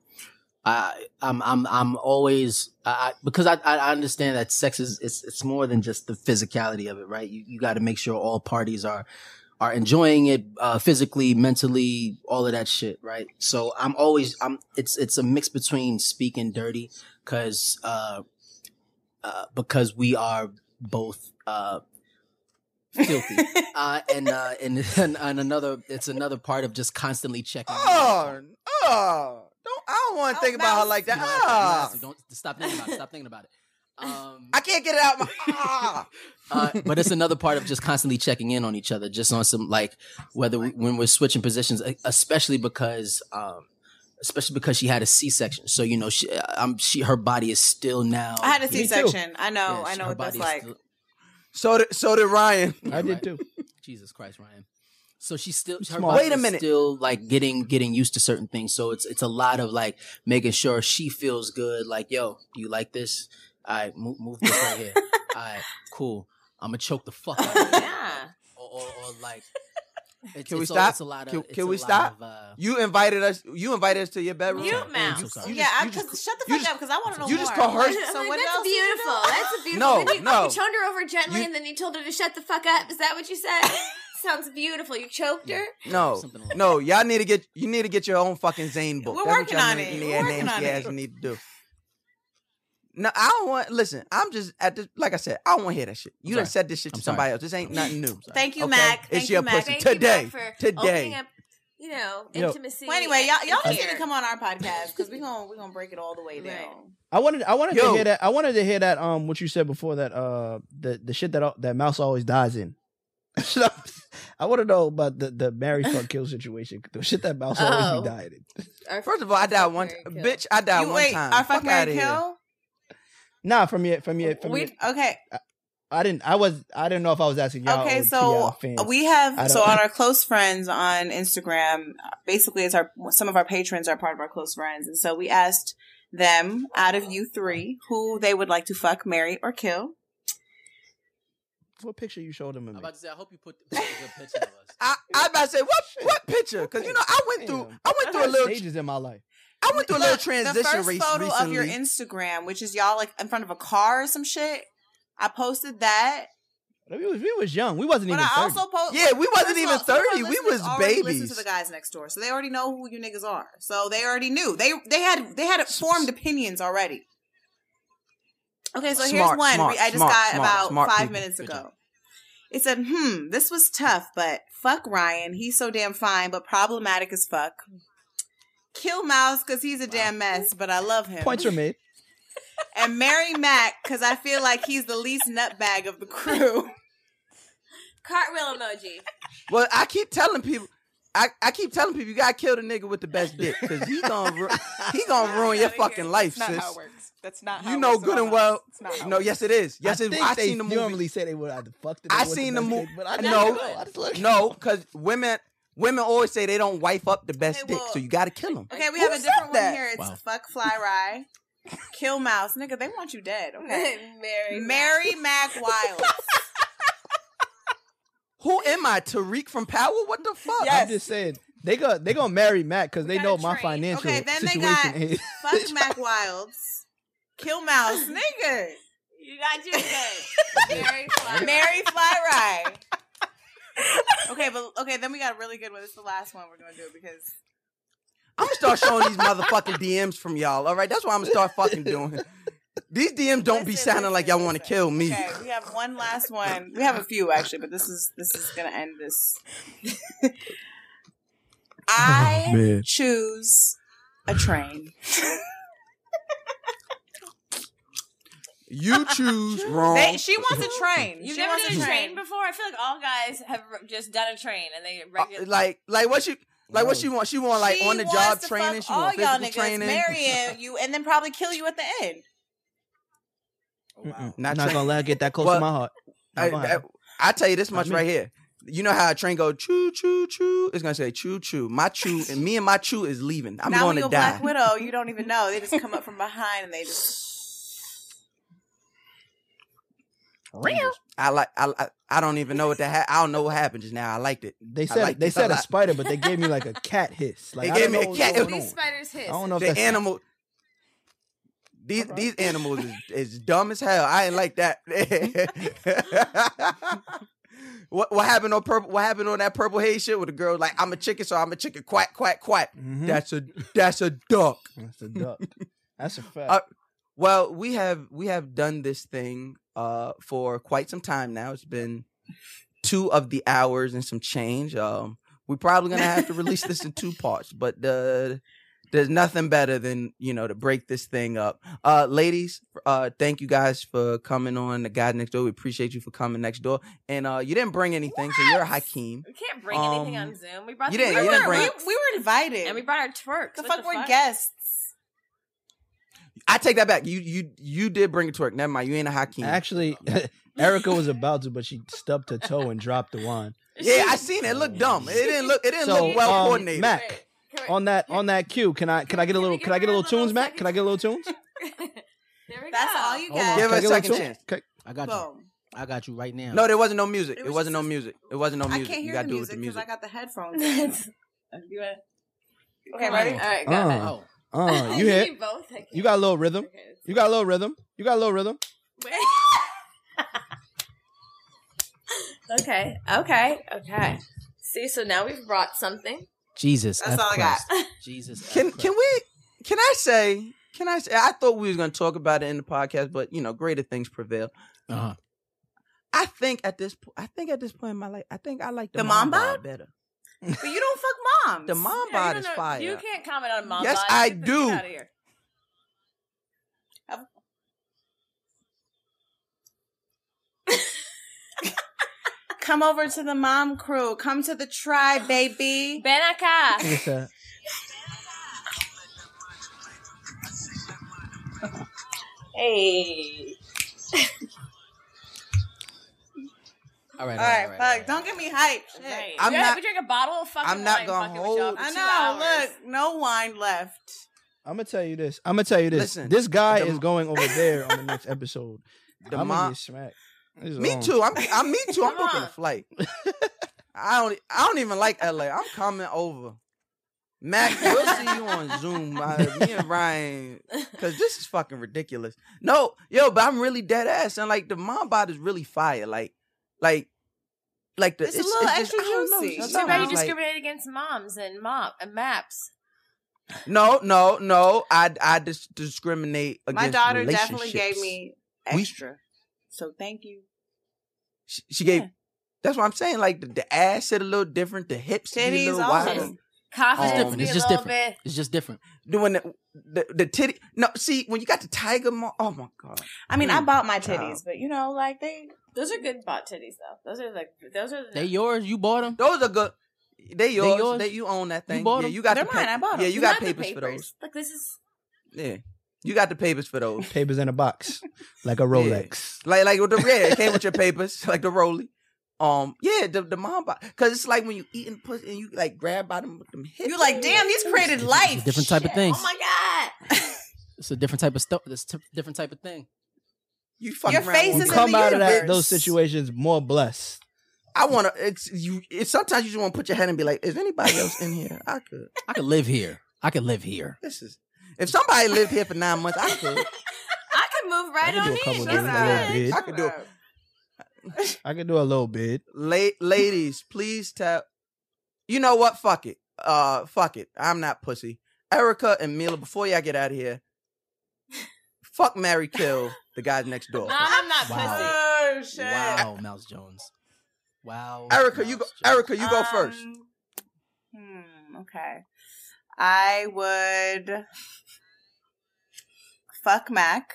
I I'm I'm I'm always I, I- because I I understand that sex is it's it's more than just the physicality of it, right? You you got to make sure all parties are are enjoying it uh, physically, mentally, all of that shit, right? So I'm always I'm it's it's a mix between speaking dirty because uh, uh, because we are both uh, filthy, uh, and uh, and and and another it's another part of just constantly checking. Oh, oh. Don't, I don't want to think about her like that. You know, Ah. nasty. Don't stop thinking about it. Stop thinking about it. Um, I can't get it out. My, ah. Uh, but it's another part of just constantly checking in on each other, just on some like whether we, when we're switching positions, e- especially because, um, especially because she had a C section. So you know, she, I'm she her body is still now. I had a Me too. C-section. I know. Yeah, I she- know her what that's body's like. still- So did, so did Ryan. I did too. Jesus Christ, Ryan. So she's still her Small. body's Wait a minute. still like getting getting used to certain things. So it's it's a lot of like making sure she feels good. Like, yo, do you like this? All right, move, move this right here. All right, cool. I'm gonna choke the fuck out of you. Yeah. Or, or, or like, it's, Can we it's all- stop? it's a lot of, can it's can a we lot stop? of, uh, you invited us. You invited us to your bedroom. You man. mouse. You yeah, just, I, cause shut the fuck up, because I want to know you more. just coerced- So I'm what like, that's else did you do? beautiful. That's a beautiful. No, Then you, no. you turned her over gently, You- and then you told her to shut the fuck up. Is that what you said? Sounds beautiful. You choked her. no, no. Y'all need to get. You need to get your own fucking Zane book. We're That's what working y'all on need- it. Need, We're working nasty on it. ass need to do. No, I don't want. Listen, I'm just at this. Like I said, I don't want to hear that shit. You done said this shit to somebody else. This ain't nothing new. Thank you, Okay? Mac. It's Thank your you, Mac. pussy Thank you, today. Mac, for today. opening up You know, Yo. intimacy. Well, anyway, y'all, y'all and just need to care. come on our podcast because we gonna we gonna break it all the way down. I wanted I wanted to Yo. hear that I wanted to hear that um what you said before that uh the the shit that al- that mouse always dies in. Shit, I- I want to know about the the marriage fuck kill situation. The shit that mouse always be Oh. dying in. First of all, I died one. T- bitch, I died You one wait, time. our fuck, Mary, outta here. kill? Nah, from your from your from We- your, okay. I, I didn't. I was. I didn't know if I was asking y'all. okay or so TL fans. we I have so don't- on our close friends on instagram basically it's our some of our patrons are part of our close friends and so we asked them out of you three who they would like to fuck marry or kill what picture you showed him I'm about to say, I hope you put put a good picture of us. I, I about to say what what picture? Because you know I went through I went through a little stages in my life. I went through a little transition the first re- photo recently. of your instagram which is y'all like in front of a car or some shit i posted that We was, we was young. We wasn't but even. i 30. also posted Yeah, we wasn't even 30. We was listen babies. to the guys next door so they already know who you niggas are so they already knew they they had they had formed opinions already Okay, so here's Smart, one smart, we- I just smart, got smart, about smart five people. minutes Good ago. It said, hmm, this was tough, but fuck Ryan. He's so damn fine, but problematic as fuck. Kill Mouse because he's a damn mess, but I love him. Points are made. And marry Mac because I feel like he's the least nutbag of the crew. Cartwheel emoji. Well, I keep telling people. I, I keep telling people you gotta kill the nigga with the best dick because he gonna ru- he gonna ruin your fucking life, That's not sis. how it works. That's not how You it know works at good all. and well. It's not how No, it yes it is. Yes, I it is. think I they seen the normally movie. say they would either fuck the. I nigga with seen the the best movie. dick, but I didn't No, know. I just looked- no, because women women always say they don't wife up the best dick, so you gotta kill them. Okay, we Who have a said different one that? here. It's Wow. fuck Fly Rye. Kill Mouse. Nigga, they want you dead. Okay. Mary. Mary Mac Wild. Who am I? Tariq from Power? What the fuck? I'm just saying they go they gonna marry Matt because they know my financial Okay, then they situation got is. fuck Mac Wilds. Kill Mouse, nigga. You got you good. Mary Fly. Mary Fly Rye. okay, but okay, then we got a really good one. It's the last one we're gonna do because I'm gonna start showing these motherfucking DMs from y'all. All right, that's what I'm gonna start fucking doing. These DMs don't be sounding like y'all want to kill me. okay, we have one last one. We have a few actually, but this is this is gonna end this. I man. choose a train. You choose wrong. They- she wants a train. You've She never wants done a train. before? I feel like all guys have r- just done a train and Uh, they regular. like, like what she, like what she want? She want like She on the job wants to training. fuck She want all y'all physical niggas, training. marry you, and then probably kill you at the end. Mm-mm. Not Not, train- gonna let it get that close Well, to my heart. Not I, gonna I, happen. I tell you this much me. right here. You know how a train go choo choo choo? It's gonna say choo choo. My choo and me and my choo is leaving. I'm now going when to you're die. Black Widow, you don't even know. They just come up from behind and they just. I like. I, I I don't even know what that. Ha- I don't know what happened just now. I liked it. they I said liked they it said a lot. spider, but they gave me like a cat hiss. Like They I gave don't me a know what's cat- going These on. spiders hiss. I don't know if the that's animal. These these animals is, is dumb as hell. I ain't like that. what what happened on purple? What happened on that purple haze shit with the girl? Like I'm a chicken, so I'm a chicken. Quack quack quack. Mhm. That's a that's a duck. That's a duck. That's a fact. Uh, well, we have we have done this thing uh for quite some time now. It's been two of the hours and some change. Um, we're probably gonna have to release this in two parts, but uh, there's nothing better than you know to break this thing up. Uh, ladies, uh, thank you guys for coming on the guy next door. We appreciate you for coming next door, and uh, you didn't bring anything, so you're a Hakeem. We can't bring anything Um, on Zoom. We brought you the didn't- we you didn't were- bring- we- We were invited. and we brought our twerks. the What fuck, the we're fuck? guests. I take that back. You you you did bring a twerk. Never mind. You ain't a Hakeem. Actually, Erica was about to, but she stubbed her toe and dropped the wand. yeah, I seen it. It looked dumb. It didn't look. It didn't So, look well um, coordinated. Mac, on that on that cue, can I can I get a little can I get a little tunes, Mac? Can I get a little tunes? There we That's go. all you Hold on, got. Give can I get us a little second tune? chance. Okay. I got you. Boom. I got you right now. No, there wasn't no music. It, was was not no music. It wasn't no I music. can't you hear gotta the do it with the music because music. I got the headphones. on. You want- okay, ready? All right, go ahead. Uh, oh. uh, you We hit. both. I can't. You got a little rhythm. You got a little rhythm. You got a little rhythm. okay, okay, okay. See, so now we've brought something. Jesus. That's F all I Christ. got. Jesus. F Can Christ. can we? Can I say? Can I say? I thought we was gonna talk about it in the podcast, but you know, greater things prevail. Uh-huh. I think at this, po- I think at this point in my life, I think I like the, The mom mom bod better. But you don't fuck moms. The mom Yeah, you bod don't is know- fire. You can't comment on mom. Yes, bod. I Get the- do. Get out of here. Come over to the mom crew. Come to the tribe, baby. Ben Look at that. Hey. All All right, all right, right, all right. fuck. Don't get me hype. I'm Shit. You don't have not- to drink a bottle of fucking I'm not wine gonna fucking with y'all hold. for I two know. hours. Look, no wine left. I'm gonna tell you this. I'm gonna tell you this. Listen, this guy the- is going over there on the next episode. The I'm mo- gonna get smacked. This is Me wrong. too. I'm, I'm me too. I'm booking a flight. I don't. I don't even like LA. I'm coming over. Mac, we'll see you on Zoom. I- me and Ryan, because this is fucking ridiculous. No, yo, but I'm really dead ass, and like the mom bod is really fire. Like, like, like the It's a little just- extra I don't know, juicy. sometimes Too bad you it's like- discriminate against moms and mop and maps. No, no, no. I I dis- discriminate against My daughter definitely gave relationships. me We- extra. so thank you. She, she gave. That's what I'm saying. Like the, the ass hit a little different. The hips hit a Titties little all wider. different. Confidence Um, be it's a just little different. bit. It's just different. Doing the the, the titty. No, see when you got the tiger. Mo- oh my god. I mean, I Mm. bought my Child. titties, but you know, like they. Those are good butt titties though. Those are like those are. They yours. You bought them. Those are good. They yours. yours? They- you own that You thing. bought yeah, 'em? you got They're the mine, I bought 'em. Yeah, you You got got the papers, for papers. those. Look, this is Yeah, you got the papers for those. Papers in a box, like a Rolex. Like like with the yeah, it came with your papers, like the Rolly. Um, yeah, the the mom because it's like when you eating pussy and you like grab by them them hips. You like, damn, these created It's life. a different type of Oh things. my god. It's a different type of stuff. It's a different type of thing. You Your around face with them. is in Come the out of universe. that those situations more blessed. I want to. It's you. It's sometimes you just want to put your head and be like, "Is anybody else in here? I could. I could live here. I could live here. This is if somebody lived here for nine months, I could. I could move right I could do on a couple in. days in a little That's bit. I could do it. I could do a little bit. La- ladies, please tell. You know what? Fuck it. Uh, fuck it. I'm not pussy. Erica and Mila, before y'all get out of here, fuck Mary Kill the guys next door. good. Nah, I'm not Wow. Oh shit. Wow, Mouse Jones. Wow. Erica, you go. Mouse Jones. Erica, you go first. Um, Hmm, okay. I would fuck Mac,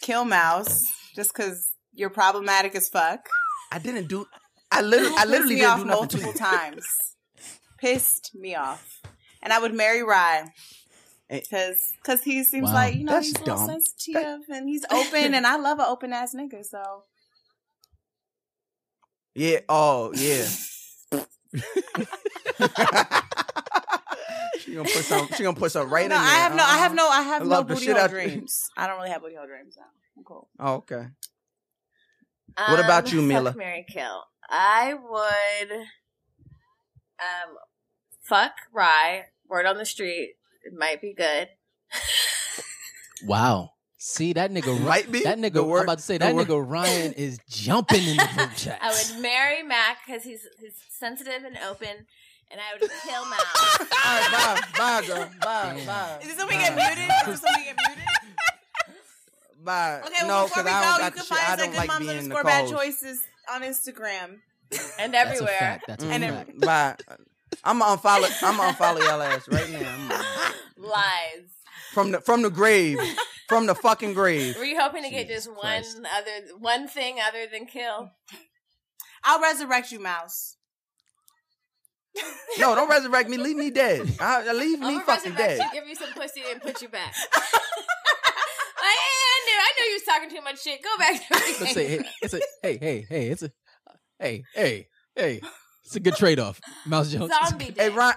kill Mouse, just because you're problematic as fuck. I didn't do. I literally, I Pissed literally me didn't off do nothing to multiple you. times. Pissed me off, and I would marry Rye Eh. because because he seems Wow, like you know that's he's a little dumb. sensitive and he's open, and I love an open ass nigga. So Yeah. Oh, yeah. she gonna put some. She gonna put some right no, in I there. Uh-huh. have no, I have no, I have no love the booty shit hole out- dreams. I don't really have booty hole dreams now. I'm cool. Oh, okay. What about you, fuck, Mila? Um, Mary Kill. I would um fuck Rye. Word on the street. It might be good. Wow. See that nigga Might be. That nigga. The word- I'm about to say the that word- nigga Ryan is jumping in the group chat. I would marry Mac because he's he's sensitive and open, and I would kill Mal. All right, bye, bye, girl. Bye, Damn. bye. Is this when we get muted? Is this when we get muted? Bye. Okay, no, well, before 'cause we I don't got go, you can the shit. I find us at don't Good like Moms being in the underscore calls. Bad Choices on Instagram. and That's a everywhere. fact. That's a fact. Mhm. Bye. I'm gonna unfollow. I'm gonna unfollow y'all ass right now. I'm- Lies. from the from the grave, from the fucking grave. Were you hoping to get Jesus just one Christ. other one thing other than kill? I'll resurrect you, Mouse. No, don't resurrect me. Leave me dead. I, leave me I'm gonna fucking resurrect dead. you, give you some pussy, and put you back. like, hey, I knew, I knew you was talking too much shit. Go back. To Let's everything. say hey, it's a hey, hey, hey, it's a hey, hey, hey. It's a good trade off, Mouse Jones. Zombie dick. Hey, Ron.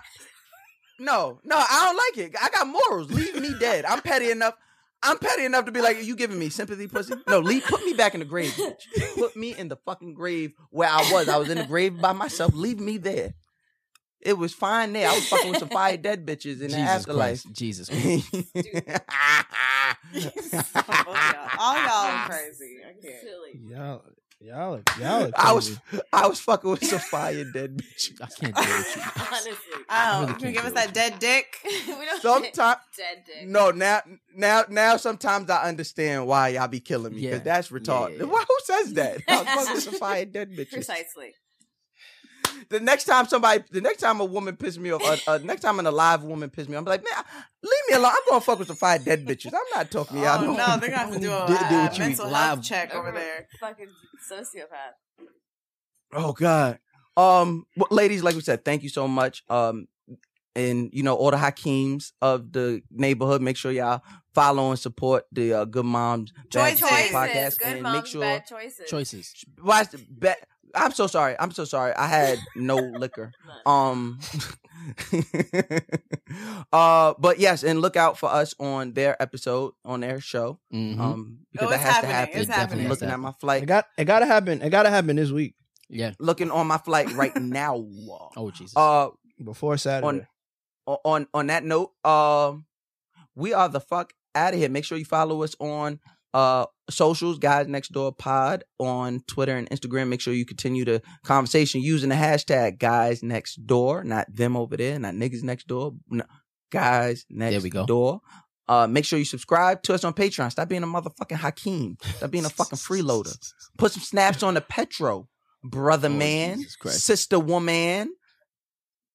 No, no, I don't like it. I got morals. Leave me dead. I'm petty enough. I'm petty enough to be like, you giving me sympathy, pussy? No, leave. Put me back in the grave. Bitch. Put me in the fucking grave where I was. I was in the grave by myself. Leave me there. It was fine there. I was fucking with some fire dead bitches in the Jesus afterlife. Christ. Jesus. Christ. All y'all are crazy. I can't. Silly. Y'all, y'all, are- y'all. are I was crazy. I was fucking with some fire dead bitches. I can't deal with you. Honestly, Oh, really you can can't give us do it. that dead dick. we don't Sometimes dead dick. No, now, now, now. Sometimes I understand why y'all be killing me because Yeah. that's Yeah, retarded. yeah, yeah. Why- Who says that? I was fucking with some fire dead bitches. precisely. The next time somebody, the next time a woman pissed me off, uh, uh, next time an alive woman pissed me, off, I'm like, man, leave me alone. I'm gonna fuck with some fire dead bitches. I'm not talking to y'all. Oh no, they're gonna have to do a, Do- do a what you mental eat health live. check over there. fucking sociopath. Oh God. Um, well, ladies, like we said, thank you so much. Um, and you know all the Hakeems of the neighborhood, make sure y'all follow and support the uh, Good Moms Bad Choices. Choices podcast Choices. Good and make Moms, sure Bad Choices. Choices. Watch the bet. I'm so sorry. I'm so sorry. I had no liquor. Um. uh, but yes, and look out for us on their episode on their show. Mhm. Um, because Oh, that it's has happening. to happen. It's It definitely happening. Looking has at to my happen. flight. It got it gotta happen. It gotta happen this week. Yeah. Looking on my flight right now. Oh Jesus. Uh, before Saturday. on on on that note, um, we are the fuck out of here. Make sure you follow us on uh socials, guys next door pod on Twitter and Instagram. Make sure you continue the conversation using the hashtag guys next door, not them over there, not niggas next door, no, guys next there we go. door. Uh, make sure you subscribe to us on Patreon. Stop being a motherfucking Hakeem. Stop being a fucking freeloader. Put some snaps on the Petro, brother man, sister woman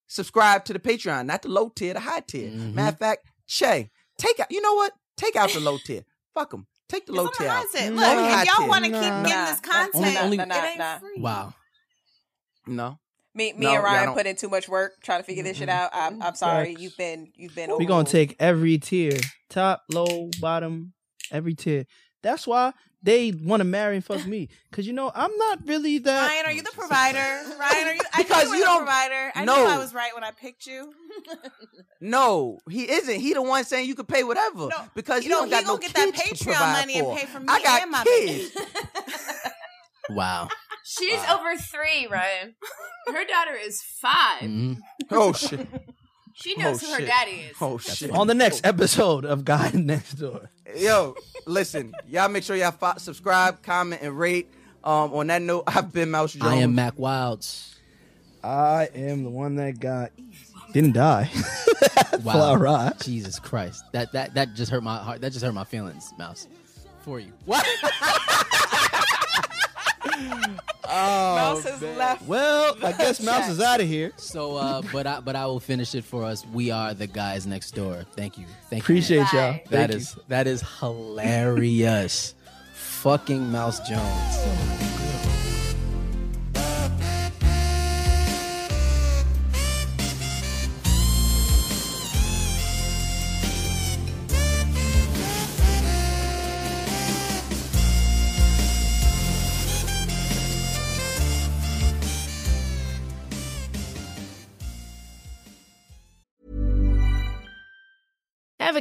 subscribe to the Patreon, not the low tier, the high tier. Mm-hmm. Matter of fact, Che, take out. You know what? Take out the low tier. Fuck them. Take the low tier out. Look, Only high if y'all tier. want to keep getting this content, only- Nah, nah, nah. Wow. No. Me, me No, and y'all Ryan don't. put in too much work trying to figure this shit out. I'm, I'm sorry, Facts. you've been, you've been. We're gonna take every tier. Top, low, bottom, every tier. That's why they wanna marry and fuck me. Cause you know, I'm not really that Ryan, are you the provider? Ryan, are you? I Because because you, you were the don't- provider. I No. knew I was right when I picked you. No, he isn't. He the one saying you can pay whatever because you you know, don't he got no gonna get that kids to Patreon provide money and for. pay for me I got and my kids. Wow. She's over three, Ryan. Her daughter is 5 Oh shit. She knows Oh, who her shit. daddy is. Oh shit. Oh, on the next episode of God Next Door. Yo, listen, y'all make sure y'all fo- subscribe, comment, and rate. Um, on that note, I've been Mouse Jones. I am Mac Wilds. I am the one that got didn't die. Fly rod. Jesus Christ. That that that just hurt my heart. That just hurt my feelings, Mouse. For you. What? Mouse has left. Well, I guess Mouse is out of here. So uh but I but I will finish it for us. We are the guys next door. Thank you. Thank you. Appreciate y'all. Bye. That Thank you. is- that is hilarious. Fucking Mouse Jones. Ever